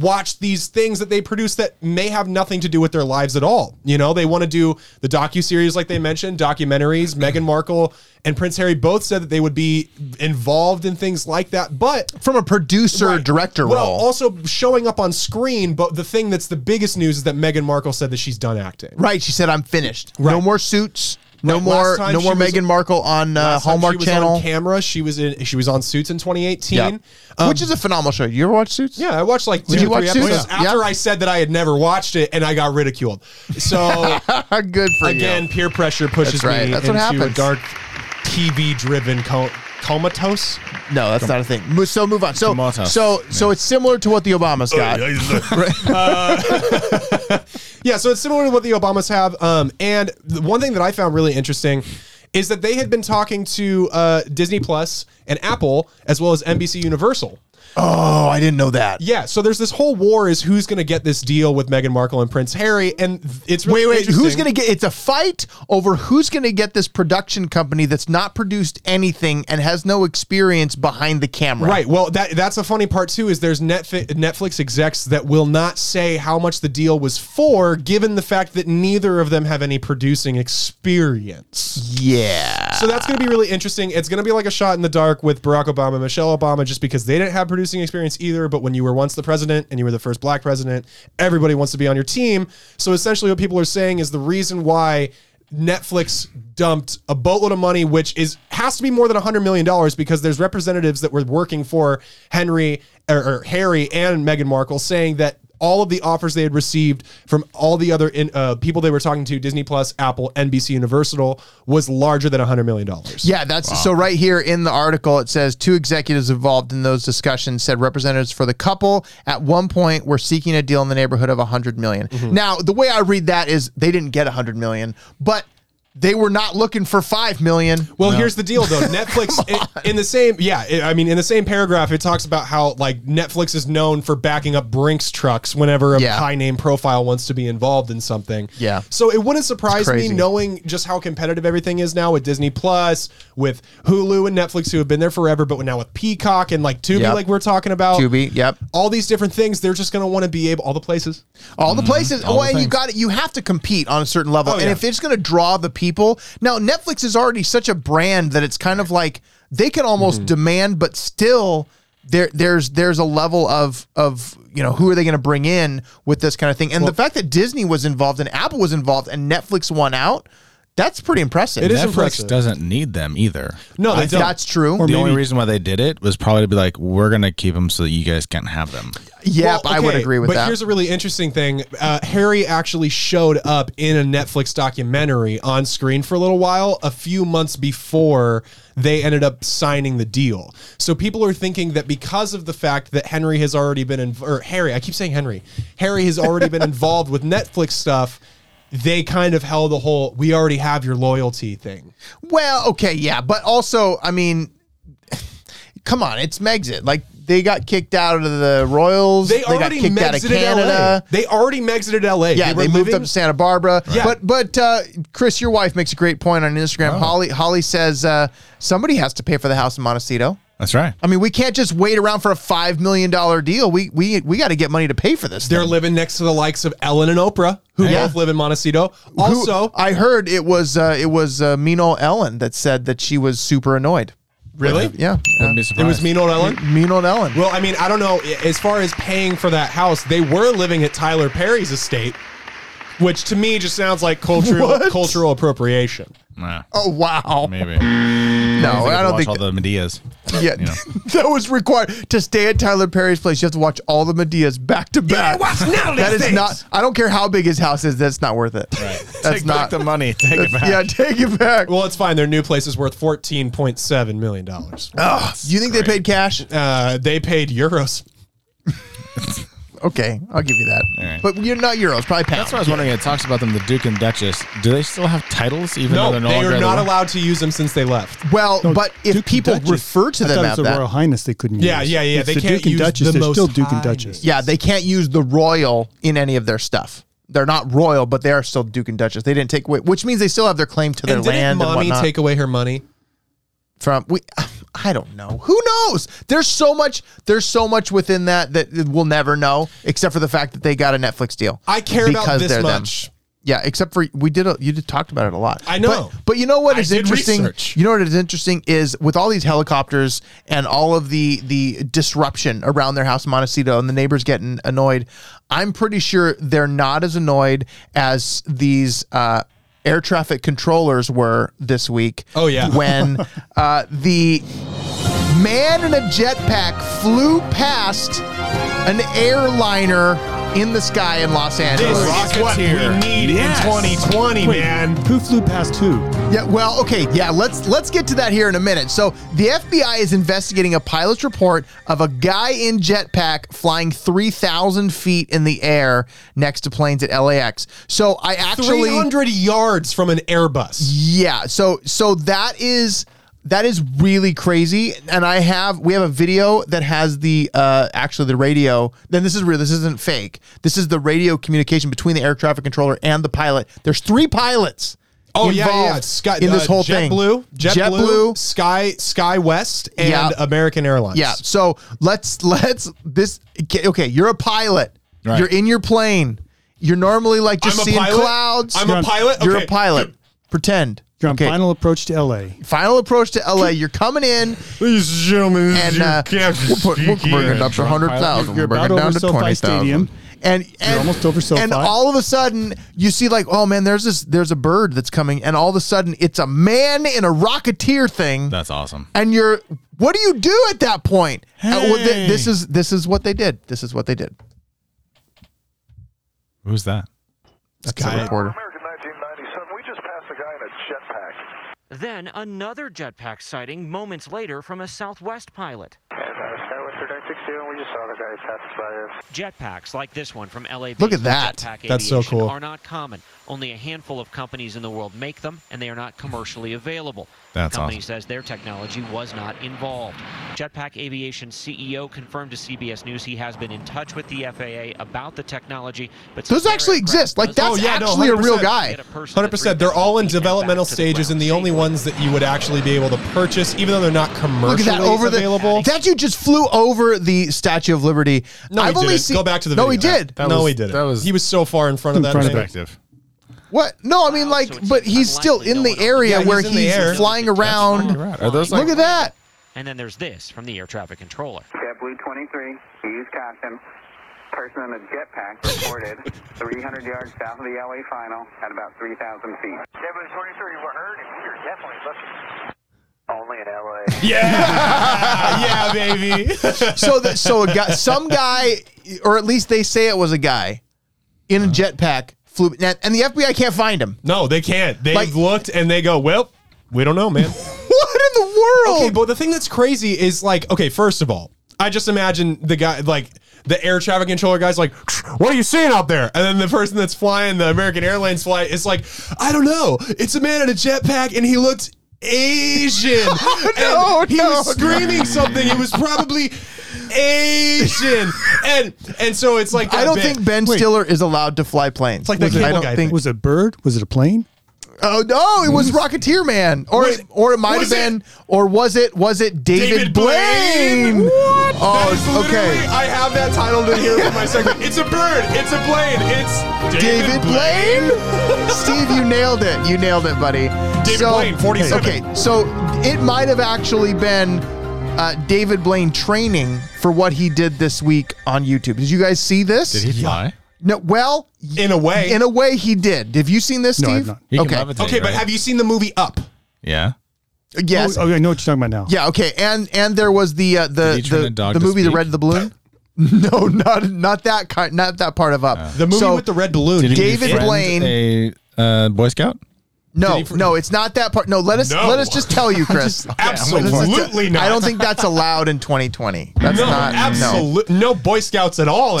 B: watch these things that they produce that may have nothing to do with their lives at all. You know, they want to do the docu series like they mentioned, documentaries. Meghan Markle and Prince Harry both said that they would be involved in things like that, but
C: From a producer
B: Right.
C: director
B: well,
C: role.
B: also showing up on screen, but the thing that's the biggest news is that Meghan Markle said that she's done acting.
C: right, she said I'm finished. No
B: Right.
C: more suits. No
B: Right,
C: more
B: last time
C: no
B: she
C: more
B: was-
C: Meghan Markle on uh,
B: Last time
C: Hallmark
B: she was
C: Channel.
B: on camera. She was in. She was on Suits in 2018. Um,
C: Which is a phenomenal show. You ever watch Suits?
B: yeah, I watched like two
C: Did you
B: or three
C: watch Suits?
B: episodes
C: Yeah.
B: after
C: Yeah.
B: I said that I had never watched it, and I got ridiculed.
C: [LAUGHS]
B: So
C: Good for
B: again,
C: you.
B: peer pressure pushes
C: That's right.
B: me
C: That's what
B: into a
C: happens.
B: dark TV-driven co- comatose.
C: No, that's not a thing. Mo- So move on. So
D: Tomato.
C: so so it's similar to what the Obamas
B: Oh,
C: got.
B: Yeah, so it's similar to what the Obamas have. Um, and the one thing that I found really interesting is that they had been talking to uh, Disney Plus and Apple as well as NBC Universal.
C: Oh, I didn't know that.
B: Yeah, so there's this whole war is who's going to get this deal with Meghan Markle and Prince Harry, and th- it's really
C: Wait, wait. Who's
B: interesting.
C: going to get? It's a fight over who's going to get this production company that's not produced anything and has no experience behind the camera.
B: Right. Well, that that's a funny part too. Is there's Netflix, Netflix execs that will not say how much the deal was for, given the fact that neither of them have any producing experience.
C: Yeah.
B: So that's going to be really interesting. It's going to be like a shot in the dark with Barack Obama and Michelle Obama just because they didn't have producing experience either. But when you were once the president and you were the first black president, everybody wants to be on your team. So essentially, what people are saying is the reason why. Netflix dumped a boatload of money, which is has to be more than hundred million dollars, because there's representatives that were working for Henry or, or Harry and Meghan Markle saying that all of the offers they had received from all the other in, uh, people they were talking to, Disney Plus, Apple, NBC, Universal, was larger than $100 million.
C: Yeah, that's so right here in the article it says two executives involved in those discussions said representatives for the couple at one point were seeking a deal in the neighborhood of 100 million. Now, the way I read that is they didn't get 100 million, but they were not looking for 5 million.
B: Well, here's the deal,
C: [LAUGHS]
B: though. Netflix, i- in the same, yeah, i I mean, in the same paragraph, it talks about how like Netflix is known for backing up Brinks trucks whenever a
C: Yeah.
B: high name profile wants to be involved in something.
C: Yeah.
B: So it wouldn't surprise me
C: crazy.
B: knowing just how competitive everything is now with Disney Plus, with Hulu and Netflix, who have been there forever, but now with Peacock and like Tubi,
C: Yep.
B: like we're talking about.
C: Tubi, yep.
B: All these different things, they're just going to want to be able all the places.
C: All
B: Mm-hmm.
C: the places.
D: All
C: well,
D: the
C: and you
D: things.
C: got it. You have to compete on a certain level.
B: Oh,
C: and
B: yeah.
C: if it's going to draw the people, now Netflix is already such a brand that it's kind of like they can
B: Mm-hmm.
C: almost demand, but still there there's there's a level of of you know who are they going to bring in with this kind of thing. And the fact that Disney was involved and Apple was involved and Netflix won out, that's pretty impressive.
B: It is
D: Netflix
B: impressive.
D: doesn't need them either.
B: No, they don't.
C: That's true.
D: the only reason why they did it was probably to be like, we're gonna keep them so that you guys can't have them.
C: yeah,
B: Well,
C: I would
B: okay,
C: agree with
B: but
C: that.
B: here's a really interesting thing. Uh, Harry actually showed up in a Netflix documentary on screen for a little while a few months before they ended up signing the deal. So people are thinking that because of the fact that Henry has already been in, or Harry, I keep saying Henry, Harry has
C: [LAUGHS]
B: already been involved with Netflix stuff. They kind of held the whole "we already have your loyalty" thing.
C: Well, okay, yeah, but also, I mean, [SIGHS] come on, it's Megxit. Like they got kicked out of the Royals.
B: They, already
C: got kicked out of
B: exited
C: Canada.
B: LA. They already exited LA.
C: Yeah,
B: were
C: they, moved up
B: living-
C: to Santa Barbara.
B: Right.
C: But but uh, Chris, your wife makes a great point on Instagram.
B: Oh.
C: Holly Holly says uh, somebody has to pay for the house in Montecito.
D: That's right.
B: Um,
C: I mean, we can't just wait around for a five million dollar deal. We we we got to get money to pay for this.
B: They're
C: thing.
B: living next to the likes of Ellen and Oprah, who
C: Yeah.
B: both live in Montecito.
C: Who- uh,
B: Also,
C: I heard it was uh, it was uh, Mino Ellen that said that she was super annoyed.
B: Really?
C: Yeah.
D: Wouldn't be
B: It was
D: surprised.
B: Mean Old
C: [LAUGHS]
B: Ellen.
C: Mean old Ellen.
B: Well, I mean, I don't know. I- As far as paying for that house, they were living at Tyler Perry's estate, which to me just sounds like cultural
C: What?
B: cultural appropriation.
D: Nah,
C: oh wow.
D: maybe.
C: No, I don't
D: watch
C: think
D: all the Medias.
C: yeah,
D: you know.
C: [LAUGHS] that was required to stay at Tyler Perry's place. You have to watch all the Medias back to back.
D: watch none of
C: That
D: these
C: is
D: things.
C: not. I don't care how big his house is. That's not worth it. Right. That's
D: take
C: not
D: back the money. Take it back.
C: Yeah, take it back.
B: Well, it's fine. Their new place is worth fourteen point seven million dollars.
C: Ugh, you think they paid cash?
B: Uh, they paid euros.
C: Okay, I'll give you that.
D: All right.
C: But you're not euros, probably pounds.
D: That's what I was wondering. It talks about them, the Duke and Duchess. Do they still have titles? Even though
B: No,
D: they're no
B: they
D: longer
B: are
D: in the
B: not
D: royal-
B: allowed to use them since they left.
C: well,
A: No,
C: but if
A: Duke and
C: people
A: Duchess.
C: refer to
A: I
C: them
A: thought
C: as
A: it was the
C: that,
A: Royal Highness they couldn't
B: Yeah,
A: use.
B: yeah, yeah.
A: It's
B: They
A: the
B: can't
A: Duke and
B: use
A: Duchess.
B: the
A: They're
B: most
A: still Duke and
B: high-
A: Duchess.
C: yeah, they can't use the royal in any of their stuff. They're not royal, but they are still Duke and Duchess. They didn't take away, which means they still have their claim to their
B: And didn't
C: land and
B: mommy
C: whatnot.
B: take away her money?
C: from we [SIGHS] I don't know. Who knows? There's so much there's so much within that that we'll never know except for the fact that they got a Netflix deal.
B: I care about
C: Because
B: this
C: they're them.
B: much.
C: Yeah, except for we did a, you did talked about it a lot.
B: I know.
C: But, but you know what
B: I
C: is
B: did
C: interesting?
B: research.
C: You know what is interesting is with all these helicopters and all of the the disruption around their house in Montecito and the neighbors getting annoyed, I'm pretty sure they're not as annoyed as these uh Air traffic controllers were this week.
B: Oh, yeah. [LAUGHS]
C: when uh, the man in a jetpack flew past an airliner in the sky in Los Angeles.
B: This is what we need
D: Yes.
B: in 2020,
A: Wait,
B: man.
A: who flew past who?
C: Yeah, well, okay, yeah, let's let's get to that here in a minute. So the FBI is investigating a pilot's report of a guy in jetpack flying three thousand feet in the air next to planes at LAX. So I actually
B: 300 yards from an Airbus.
C: Yeah. So so that is that is really crazy. And I have we have a video that has the uh actually the radio. Then this is real. This isn't fake. This is the radio communication between the air traffic controller and the pilot. There's three pilots.
B: Oh yeah, yeah, yeah.
C: involved
B: Sky,
C: in this
B: uh,
C: whole thing.
B: JetBlue, JetBlue,
C: JetBlue.
B: Sky, Sky West, and
C: Yeah.
B: American Airlines.
C: Yeah. So let's let's this okay, okay, you're a pilot.
D: Right.
C: You're in your plane. You're normally like just
B: I'm a
C: seeing
B: pilot?
C: clouds.
B: I'm a
C: You're on-
B: pilot?
C: You're
B: Okay.
C: a pilot. Pretend.
A: You're on
C: okay.
A: final approach to L.A.
C: final approach to LA. You're coming in.
B: Ladies and gentlemen, this is
C: and
B: your
C: uh,
B: captain
C: we'll, put, we'll
B: speaking.
C: bring it up to
D: Drunk
C: hundred
D: pilot.
C: thousand.
A: You're
C: We'll bring it
A: about
C: down
A: over
C: to
A: SoFi
C: twenty thousand.
A: Stadium.
C: And, and
A: almost over SoFi.
C: And all of a sudden, you see like, oh man, there's this, there's a bird that's coming, and all of a sudden, it's a man in a rocketeer thing,
D: That's awesome.
C: and you're, what do you do at that point? Uh, well, thi- this is this is what they did. This is what they did.
D: Who's that?
C: That's a reporter.
H: American 1997, we just passed a guy in a jetpack.
I: Then another jetpack sighting moments later from a Southwest pilot.
H: And uh, Skywest 960, and we just saw the guy pass by us.
I: Jetpacks like this one from LA.
C: Look at that.
B: That's so cool.
I: Are not common. Only a handful of companies in the world make them, and they are not commercially available.
D: That's
I: the company
D: awesome.
I: says their technology was not involved. Jetpack Aviation CEO confirmed to CBS News he has been in touch with the FAA about the technology, but
C: Those
I: said their
C: actually
I: aircraft
C: exist. Like
I: does not
C: that's
B: Oh, yeah, no,
C: actually a real
B: 100%.
C: guy.
I: get a person to
B: 100%. They're
I: 3,000
B: all in
I: feet and back
B: developmental
I: to the
B: stages, and
I: ground
B: the only
I: safely.
B: ones that you would actually be able to purchase, even though they're not
C: Look
B: commercially
C: at that over the
B: available.
C: that dude just flew over the Statue of Liberty.
B: no, he didn't. Go back to the
C: no,
B: video.
C: he did.
D: That
B: no,
D: was-
B: he didn't.
D: that was-
B: he was so far in front of
A: In
B: that
A: front of
B: thing.
A: that.
D: Perspective.
C: What? No, I mean
I: Wow,
C: like,
I: so it's
C: but he's
I: unlikely
C: still in
I: no
C: the
I: one-
C: area
B: Yeah,
C: where
B: he's
C: he's,
B: in the air.
C: flying around.
D: Right. Are those like?
C: Look at that.
I: And then there's this from the air traffic controller.
J: JetBlue 23, use caution. Person in a jetpack reported 300 yards south of the LA final at about 3,000 feet. JetBlue 23, we're heard and we are definitely looking. Only in LA.
C: [LAUGHS]
B: Yeah, yeah, baby.
C: So that so a guy,
B: [LAUGHS]
C: some guy, or at least they say it was a guy, in a
B: Uh-huh.
C: jetpack flew, and and the FBI can't find him. [LAUGHS]
B: no, they can't. They've
C: Like-
B: looked and they go, well, we don't know, man.
C: [LAUGHS] What in the world?
B: Okay, but the thing that's crazy is like, okay, first of all, I just imagine the guy like the air traffic controller guy's like, "What are you seeing out there?" And then the person that's flying the American Airlines flight is like, "I don't know. It's a man in a jetpack, and he looked." Asian.
C: [LAUGHS] no,
B: and he
C: no,
B: was screaming something. It
C: [LAUGHS]
B: was probably Asian, and and so it's like
C: I
B: that
C: don't
B: bit.
C: think Ben Stiller is allowed to fly planes.
B: like that
C: I
B: cable
C: don't
B: guy
C: think
B: thing.
A: Was it a bird? Was it a plane?
C: Oh no, it was Rocketeer Man, or
B: Wait,
C: or it might have
B: Mm-hmm. was it-
C: been, or was it was it David,
B: David
C: Blaine?
B: Blaine? What? that is
C: Oh,
B: literally-
C: okay.
B: I have that title to hear for
C: [LAUGHS]
B: my segment. It's a bird. It's a Blaine. It's David,
C: David Blaine?
B: [LAUGHS]
C: Steve, you nailed it. You nailed it, buddy.
B: David Blaine, 47.
C: Okay, so it might have actually been uh, David Blaine training for what he did this week on YouTube. Did you guys see this?
D: Did he fly?
C: No. Well, y-
B: In a way.
C: in a way, he did. Have you seen this, Steve?
A: No, I've not.
D: He can
C: okay.
D: levitate,
B: okay, but
D: right?
B: have you seen the movie Up?
D: Yeah.
C: Yes.
A: Oh, okay, I know what you're talking about now.
C: Yeah. Okay. And and there was the uh,
D: Did
C: the
D: he train
C: the,
D: a dog
C: the
D: to
C: movie The
D: speak?
C: Red the Balloon. [LAUGHS] no, not not that kind. Not that part of up.
B: The movie
C: So-
B: with the red balloon.
D: Did he
C: David
D: befriend
C: Blaine-
D: a uh, Boy Scout?
C: No,
B: he fr-
C: no, it's not that part. No, let us
B: No.
C: let us just
B: [LAUGHS]
C: tell you, Chris.
B: absolutely
C: Let's just tell-
B: not.
C: I don't think that's allowed in
B: [LAUGHS]
C: 2020. That's
B: no,
C: not no.
B: absolutely no. Boy Scouts at all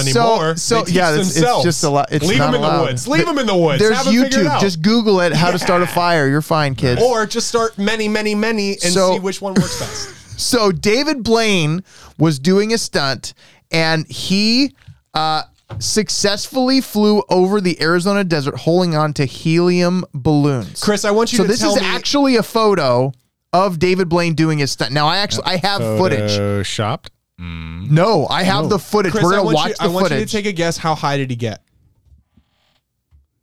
C: So,
B: anymore.
C: so
B: They teach
C: yeah, it's, it's
B: themselves.
C: just a lot. It's
B: Leave
C: not
B: them in
C: allowed.
B: the woods. Leave
C: Th-
B: them in the woods.
C: There's
B: Have 'em figure it
C: YouTube.
B: out.
C: Just Google it. How to start a fire. You're fine, kids.
B: or just start many, many, many, and
C: So-
B: see which one
C: [LAUGHS]
B: works best.
C: So David Blaine was doing a stunt, and he uh, successfully flew over the Arizona desert, holding on to helium balloons.
B: Chris, I want you
C: so
B: to
C: this
B: tell
C: is
B: me.
C: actually a photo of David Blaine doing his stunt. Now I actually I have footage.
D: Uh, Shopped.
C: No, I have the footage.
B: Chris,
C: We're
B: I
C: gonna
B: want,
C: watch
B: you,
C: the
B: I want you to
C: footage.
B: take a guess. How high did he get?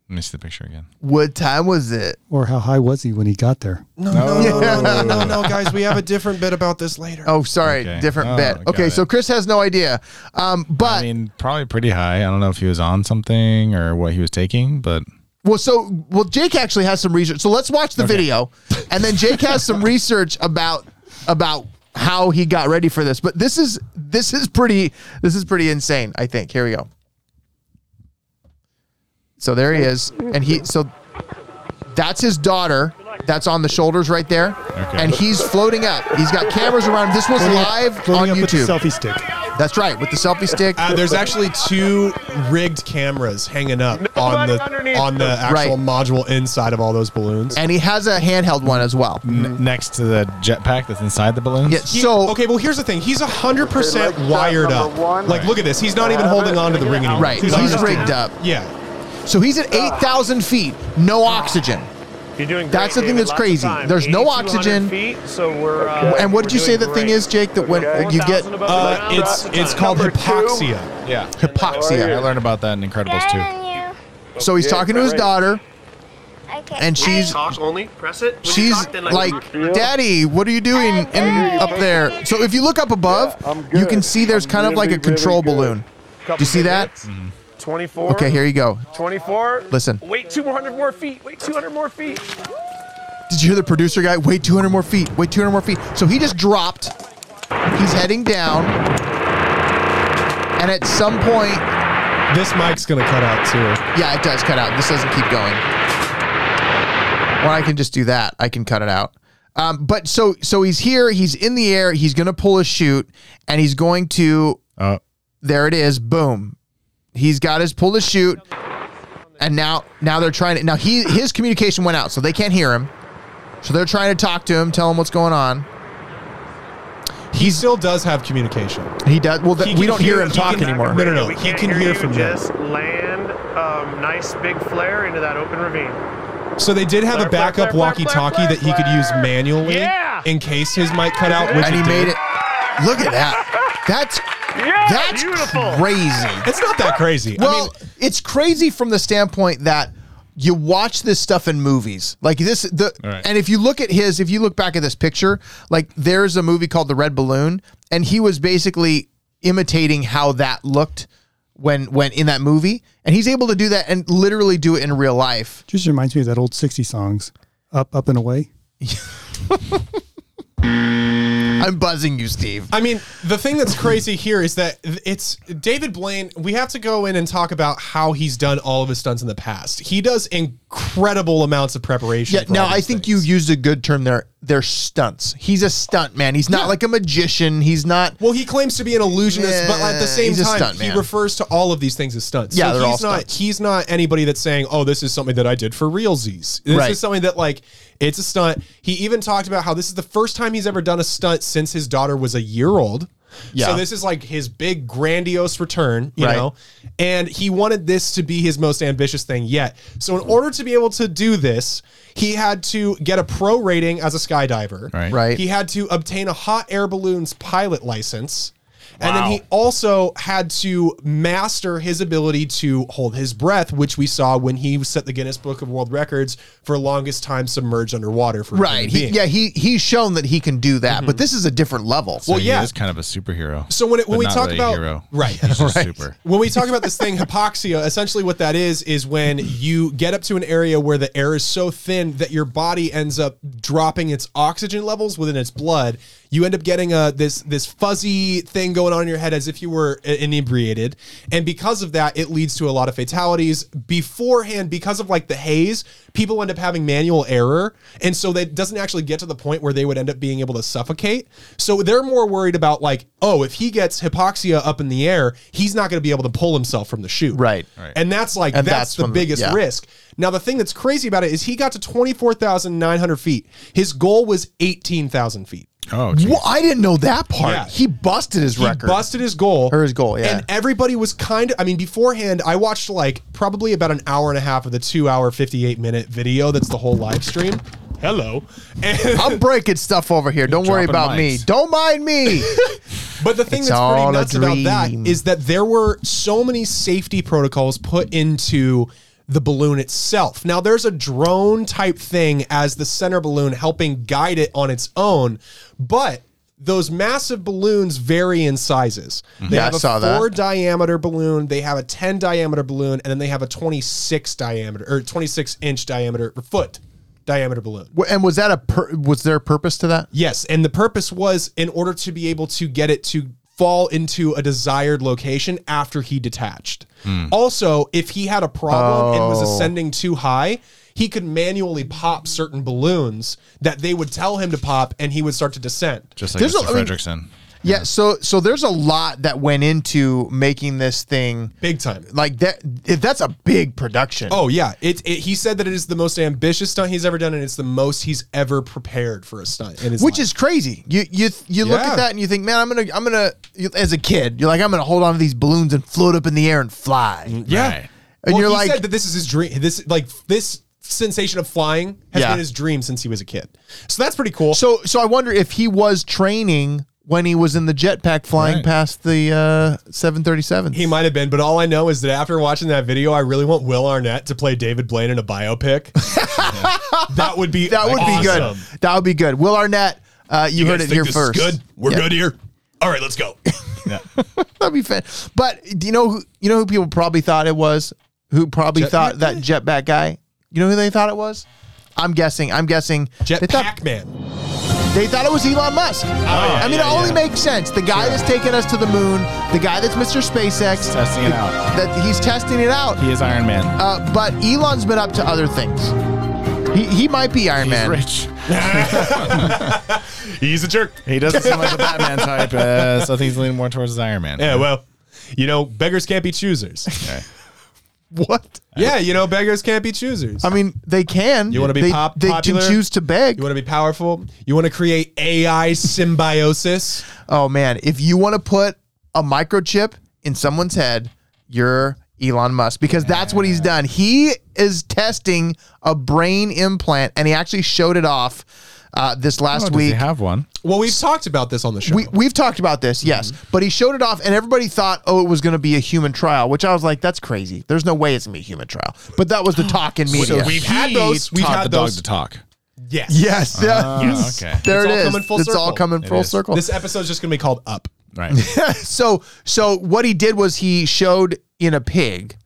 D: Let me see the picture again.
C: what time was it?
A: Or how high was he when he got there?
B: No, no, no, no, no, no, no, guys. We have a different bit about this later.
C: Oh, sorry,
D: Okay.
C: different
D: Oh,
C: bit.
D: got
C: Okay,
D: it.
C: so Chris has no idea. Um, but
D: I mean, probably pretty high. I don't know if he was on something or what he was taking, but
C: Well, so well, Jake actually has some research. So let's watch the video, and then Jake has some
A: [LAUGHS]
C: research about about how he got ready for this. But this is this is pretty this is pretty insane. I think. Here we go. So there he is, and he so that's his daughter. That's on the shoulders right there,
D: Okay.
C: and he's floating up. He's got cameras around. This was live on
A: Floating up with the
C: YouTube.
A: selfie stick.
C: That's right, with the selfie stick.
B: Uh, there's actually two rigged cameras hanging up on the on the actual
C: Right.
B: module inside of all those balloons.
C: and he has a handheld one as well.
D: N- next to the jetpack that's inside the balloons.
C: Yeah,
B: He-
C: so
B: okay, well here's the thing. He's hundred percent wired up. Like, look at this. He's not even holding on to the ring anymore.
C: Right,
B: on
C: he's
B: his team.
C: rigged up.
B: Yeah.
C: So he's at 8,000 feet, no oxygen.
E: You're doing
C: That's the thing that's crazy. There's no oxygen.
E: so we're.
C: And what did you say the thing is, Jake, that when you get
B: Uh, it's it's called hypoxia.
D: yeah. I
C: hypoxia?
D: learned about that in Incredibles too.
C: So he's talking to his daughter, and she's
E: Talk only. Press it.
C: she's like, "Daddy, what are you doing in up there?" So if you look up above, you can see there's kind of like a control balloon. Do you see that?
E: 24.
C: Okay, here you go.
E: 24.
C: Listen.
E: Wait 200 more feet. Wait 200 more feet.
C: Did you hear the producer guy? Wait 200 more feet. Wait 200 more feet. So he just dropped. He's heading down. And at some point,
B: This mic's gonna cut out too.
C: Yeah, it does cut out. This doesn't keep going. Well, I can just do that. I can cut it out. Um, but so so he's here. He's in the air. He's gonna pull a chute, and he's going to.
D: Uh,
C: There it is. Boom. He's got his pull to shoot, and now now they're trying to. Now he his communication went out, so they can't hear him. So they're trying to talk to him, tell him what's going on.
B: He still does have communication.
C: He does. Well, th-
B: He
C: we
B: can
C: don't
B: hear-
C: hear him
B: he
C: talk
B: can-
C: anymore.
B: No, no, no. He can hear from there.
E: Just land um, nice big flare into that open ravine.
B: So they did have a
E: Flare, flare,
B: backup
E: flare, flare,
B: walkie-talkie
E: flare,
B: that he could use
E: flare.
B: manually
E: Yeah.
B: in case his mic cut out. Which
C: and he
B: it
C: made
B: did.
C: it. Look at that.
B: [LAUGHS]
C: That's that's
E: beautiful.
C: crazy.
B: It's not that crazy. I
C: Well,
B: mean,
C: it's crazy from the standpoint that you watch this stuff in movies like this the
D: Right.
C: and if you look at his if you look back at this picture like there's a movie called the red balloon and he was basically imitating how that looked when when in that movie and he's able to do that and literally do it in real life
A: Just reminds me of that old 60 songs, Up, Up and Away.
C: i'm buzzing you steve
B: I mean, the thing that's crazy here is that it's David Blaine. We have to go in and talk about how he's done all of his stunts in the past. He does incredible amounts of preparation.
C: yeah
B: for
C: now
B: all
C: i
B: these
C: think
B: things.
C: you used a good term there they're stunts he's a stunt man he's not like a magician he's not
B: Well, he claims to be an illusionist, but at
C: Yeah,
B: the same
C: he's a
B: time,
C: stunt
B: he
C: man.
B: refers to all of these things as stunts.
C: Yeah,
B: so
C: they're all
B: he's not
C: stunts.
B: he's not anybody that's saying, "Oh, this is something that I did for realsies." This
C: Right.
B: is something that like it's a stunt. He even talked about how this is the first time he's ever done a stunt since his daughter was a year old.
C: Yeah.
B: So this is like his big grandiose return, you
C: Right.
B: know, and he wanted this to be his most ambitious thing yet. So in order to be able to do this, he had to get a pro rating as a skydiver.
D: Right.
C: Right.
B: He had to obtain a hot air balloon's pilot license. And
D: Wow.
B: then he also had to master his ability to hold his breath, which we saw when he set the Guinness Book of World Records for longest time submerged underwater for a human
C: Right. He,
B: being.
C: yeah, he he's shown that he can do that,
B: Mm-hmm.
C: but this is a different level.
B: Well,
D: he
B: yeah.
D: is kind of a superhero.
B: So when it- when
D: but
B: we
D: not
B: talk
D: really a
B: about-
D: hero.
B: Right.
D: [LAUGHS] he's just super.
B: when we talk about this thing hypoxia essentially what that is is when you get up to an area where the air is so thin that your body ends up dropping its oxygen levels within its blood you end up getting a this this fuzzy thing going on in your head as if you were i- inebriated and because of that it leads to a lot of fatalities beforehand because of like the haze people end up having manual error and so that doesn't actually get to the point where they would end up being able to suffocate so they're more worried about like oh if he gets hypoxia up in the air he's not going to be able to pull himself from the chute
C: Right.
D: Right.
B: and that's like
C: And
B: that's,
C: that's
B: the
C: when the-
B: biggest
C: yeah.
B: risk now the thing that's crazy about it is he got to 24900 feet his goal was 18000 feet
D: Oh, geez.
C: Well, I didn't know that part.
B: Yeah.
C: He busted his
B: he
C: record.
B: busted his goal.
C: Or his goal, yeah.
B: And everybody was kind of, I mean, beforehand, I watched like probably about an hour and a half of the two hour, 58 minute video that's the whole live stream. Hello. And, [LAUGHS]
C: I'm breaking stuff over here. Don't worry
D: dropping
C: about me.
D: mics.
C: Don't mind
B: [LAUGHS]
C: me.
B: but the thing
C: It's
B: that's
C: all
B: pretty
C: a
B: nuts about that
C: dream.
B: is that there were so many safety protocols put into the balloon itself. Now there's a drone type thing as the center balloon helping guide it on its own, but those massive balloons vary in sizes. They
C: Mm-hmm. Yeah, I
B: have a
C: saw that.
B: four diameter balloon, they have a 10 diameter balloon, and then they have a 26 diameter or 26 inch diameter or foot diameter balloon.
C: W- and was that a per- was there a purpose to that?
B: Yes, and the purpose was in order to be able to get it to fall into a desired location after he detached.
C: Hmm.
B: Also, if he had a problem and
C: Oh.
B: was ascending too high, he could manually pop certain balloons that they would tell him to pop and he would start to descend.
D: just like
C: There's a-
D: Mr.
C: I mean-
D: Fredrickson.
C: Yeah, so so there's a lot that went into making this thing
B: Big time.
C: like that if that's a big production.
B: Oh yeah, it, it he said that it is the most ambitious stunt he's ever done and it's the most he's ever prepared for a stunt in his
C: which
B: life.
C: is crazy. You you you look
B: Yeah.
C: at that and you think, "Man, I'm going to I'm going to as a kid, you're like I'm going to hold on to these balloons and float up in the air and fly."
B: Mm, yeah.
D: Right.
C: And
B: Well,
C: you're
B: he
C: like-
B: said that this is his dream. This like this sensation of flying has
C: Yeah.
B: been his dream since he was a kid. So that's pretty cool.
C: So so I wonder if he was training when he was in the jetpack flying
D: Right.
C: past the uh 737.
B: He might have been, but all I know is that after watching that video, I really want Will Arnett to play David Blaine in a
C: [LAUGHS]
B: biopic. that would be
C: that would
B: awesome.
C: be good. That would be good. Will Arnett, uh, you, heard it here first.
B: We're good here. All right, let's go.
C: [LAUGHS] That'd be fun. But do you know who you know who people probably thought it was? Who probably thought that jetpack guy? You know who they thought it was? I'm guessing. I'm guessing. they thought
B: Jetpack Man.
C: they thought it was Elon Musk. I mean,
B: yeah,
C: it only
B: yeah.
C: makes sense. The guy that's taking us to the moon, the guy that's Mr. SpaceX,
D: testing it
C: the-
D: out.
C: That he's testing it out.
D: He is Iron Man.
C: Uh, but Elon's been up to other things. He, he might be Iron Man.
D: He's rich.
B: He's a jerk.
D: He doesn't seem like the Batman type. Uh, so I think he's leaning more towards his Iron Man.
B: Yeah, well, you know, beggars can't be choosers.
C: [LAUGHS] [LAUGHS] What?
B: yeah, you know, beggars can't be choosers.
C: I mean, they can.
B: You wanna be
C: they,
B: pop-
C: They
B: popular?
C: can choose to beg.
B: you want to be powerful? You want to create AI symbiosis?
C: Oh man, if you want to put a microchip in someone's head, you're Elon Musk because that's what he's done. He is testing a brain implant, and he actually showed it off uh, this
D: Oh,
C: last
D: does he
C: week.
D: have one?
B: Well, we've talked about this on the show.
C: we, we've talked about this,
B: Mm-hmm.
C: yes, but he showed it off, and everybody thought, oh, it was going to be a human trial, which I was like, that's crazy. There's no way it's going to be a human trial. But that was the talk in media.
B: we've had those. We've
D: Taught
B: had
D: the
B: those.
D: dog to talk.
B: yes.
C: [LAUGHS] yes, yes.
D: okay.
C: There
B: Ah,
C: it
B: It's all
C: is.
B: coming full
C: it's all
B: circle.
C: coming full
D: is.
C: circle.
B: This episode's just going to be called Up.
D: Right.
C: [LAUGHS] so so what he did was he showed in a pig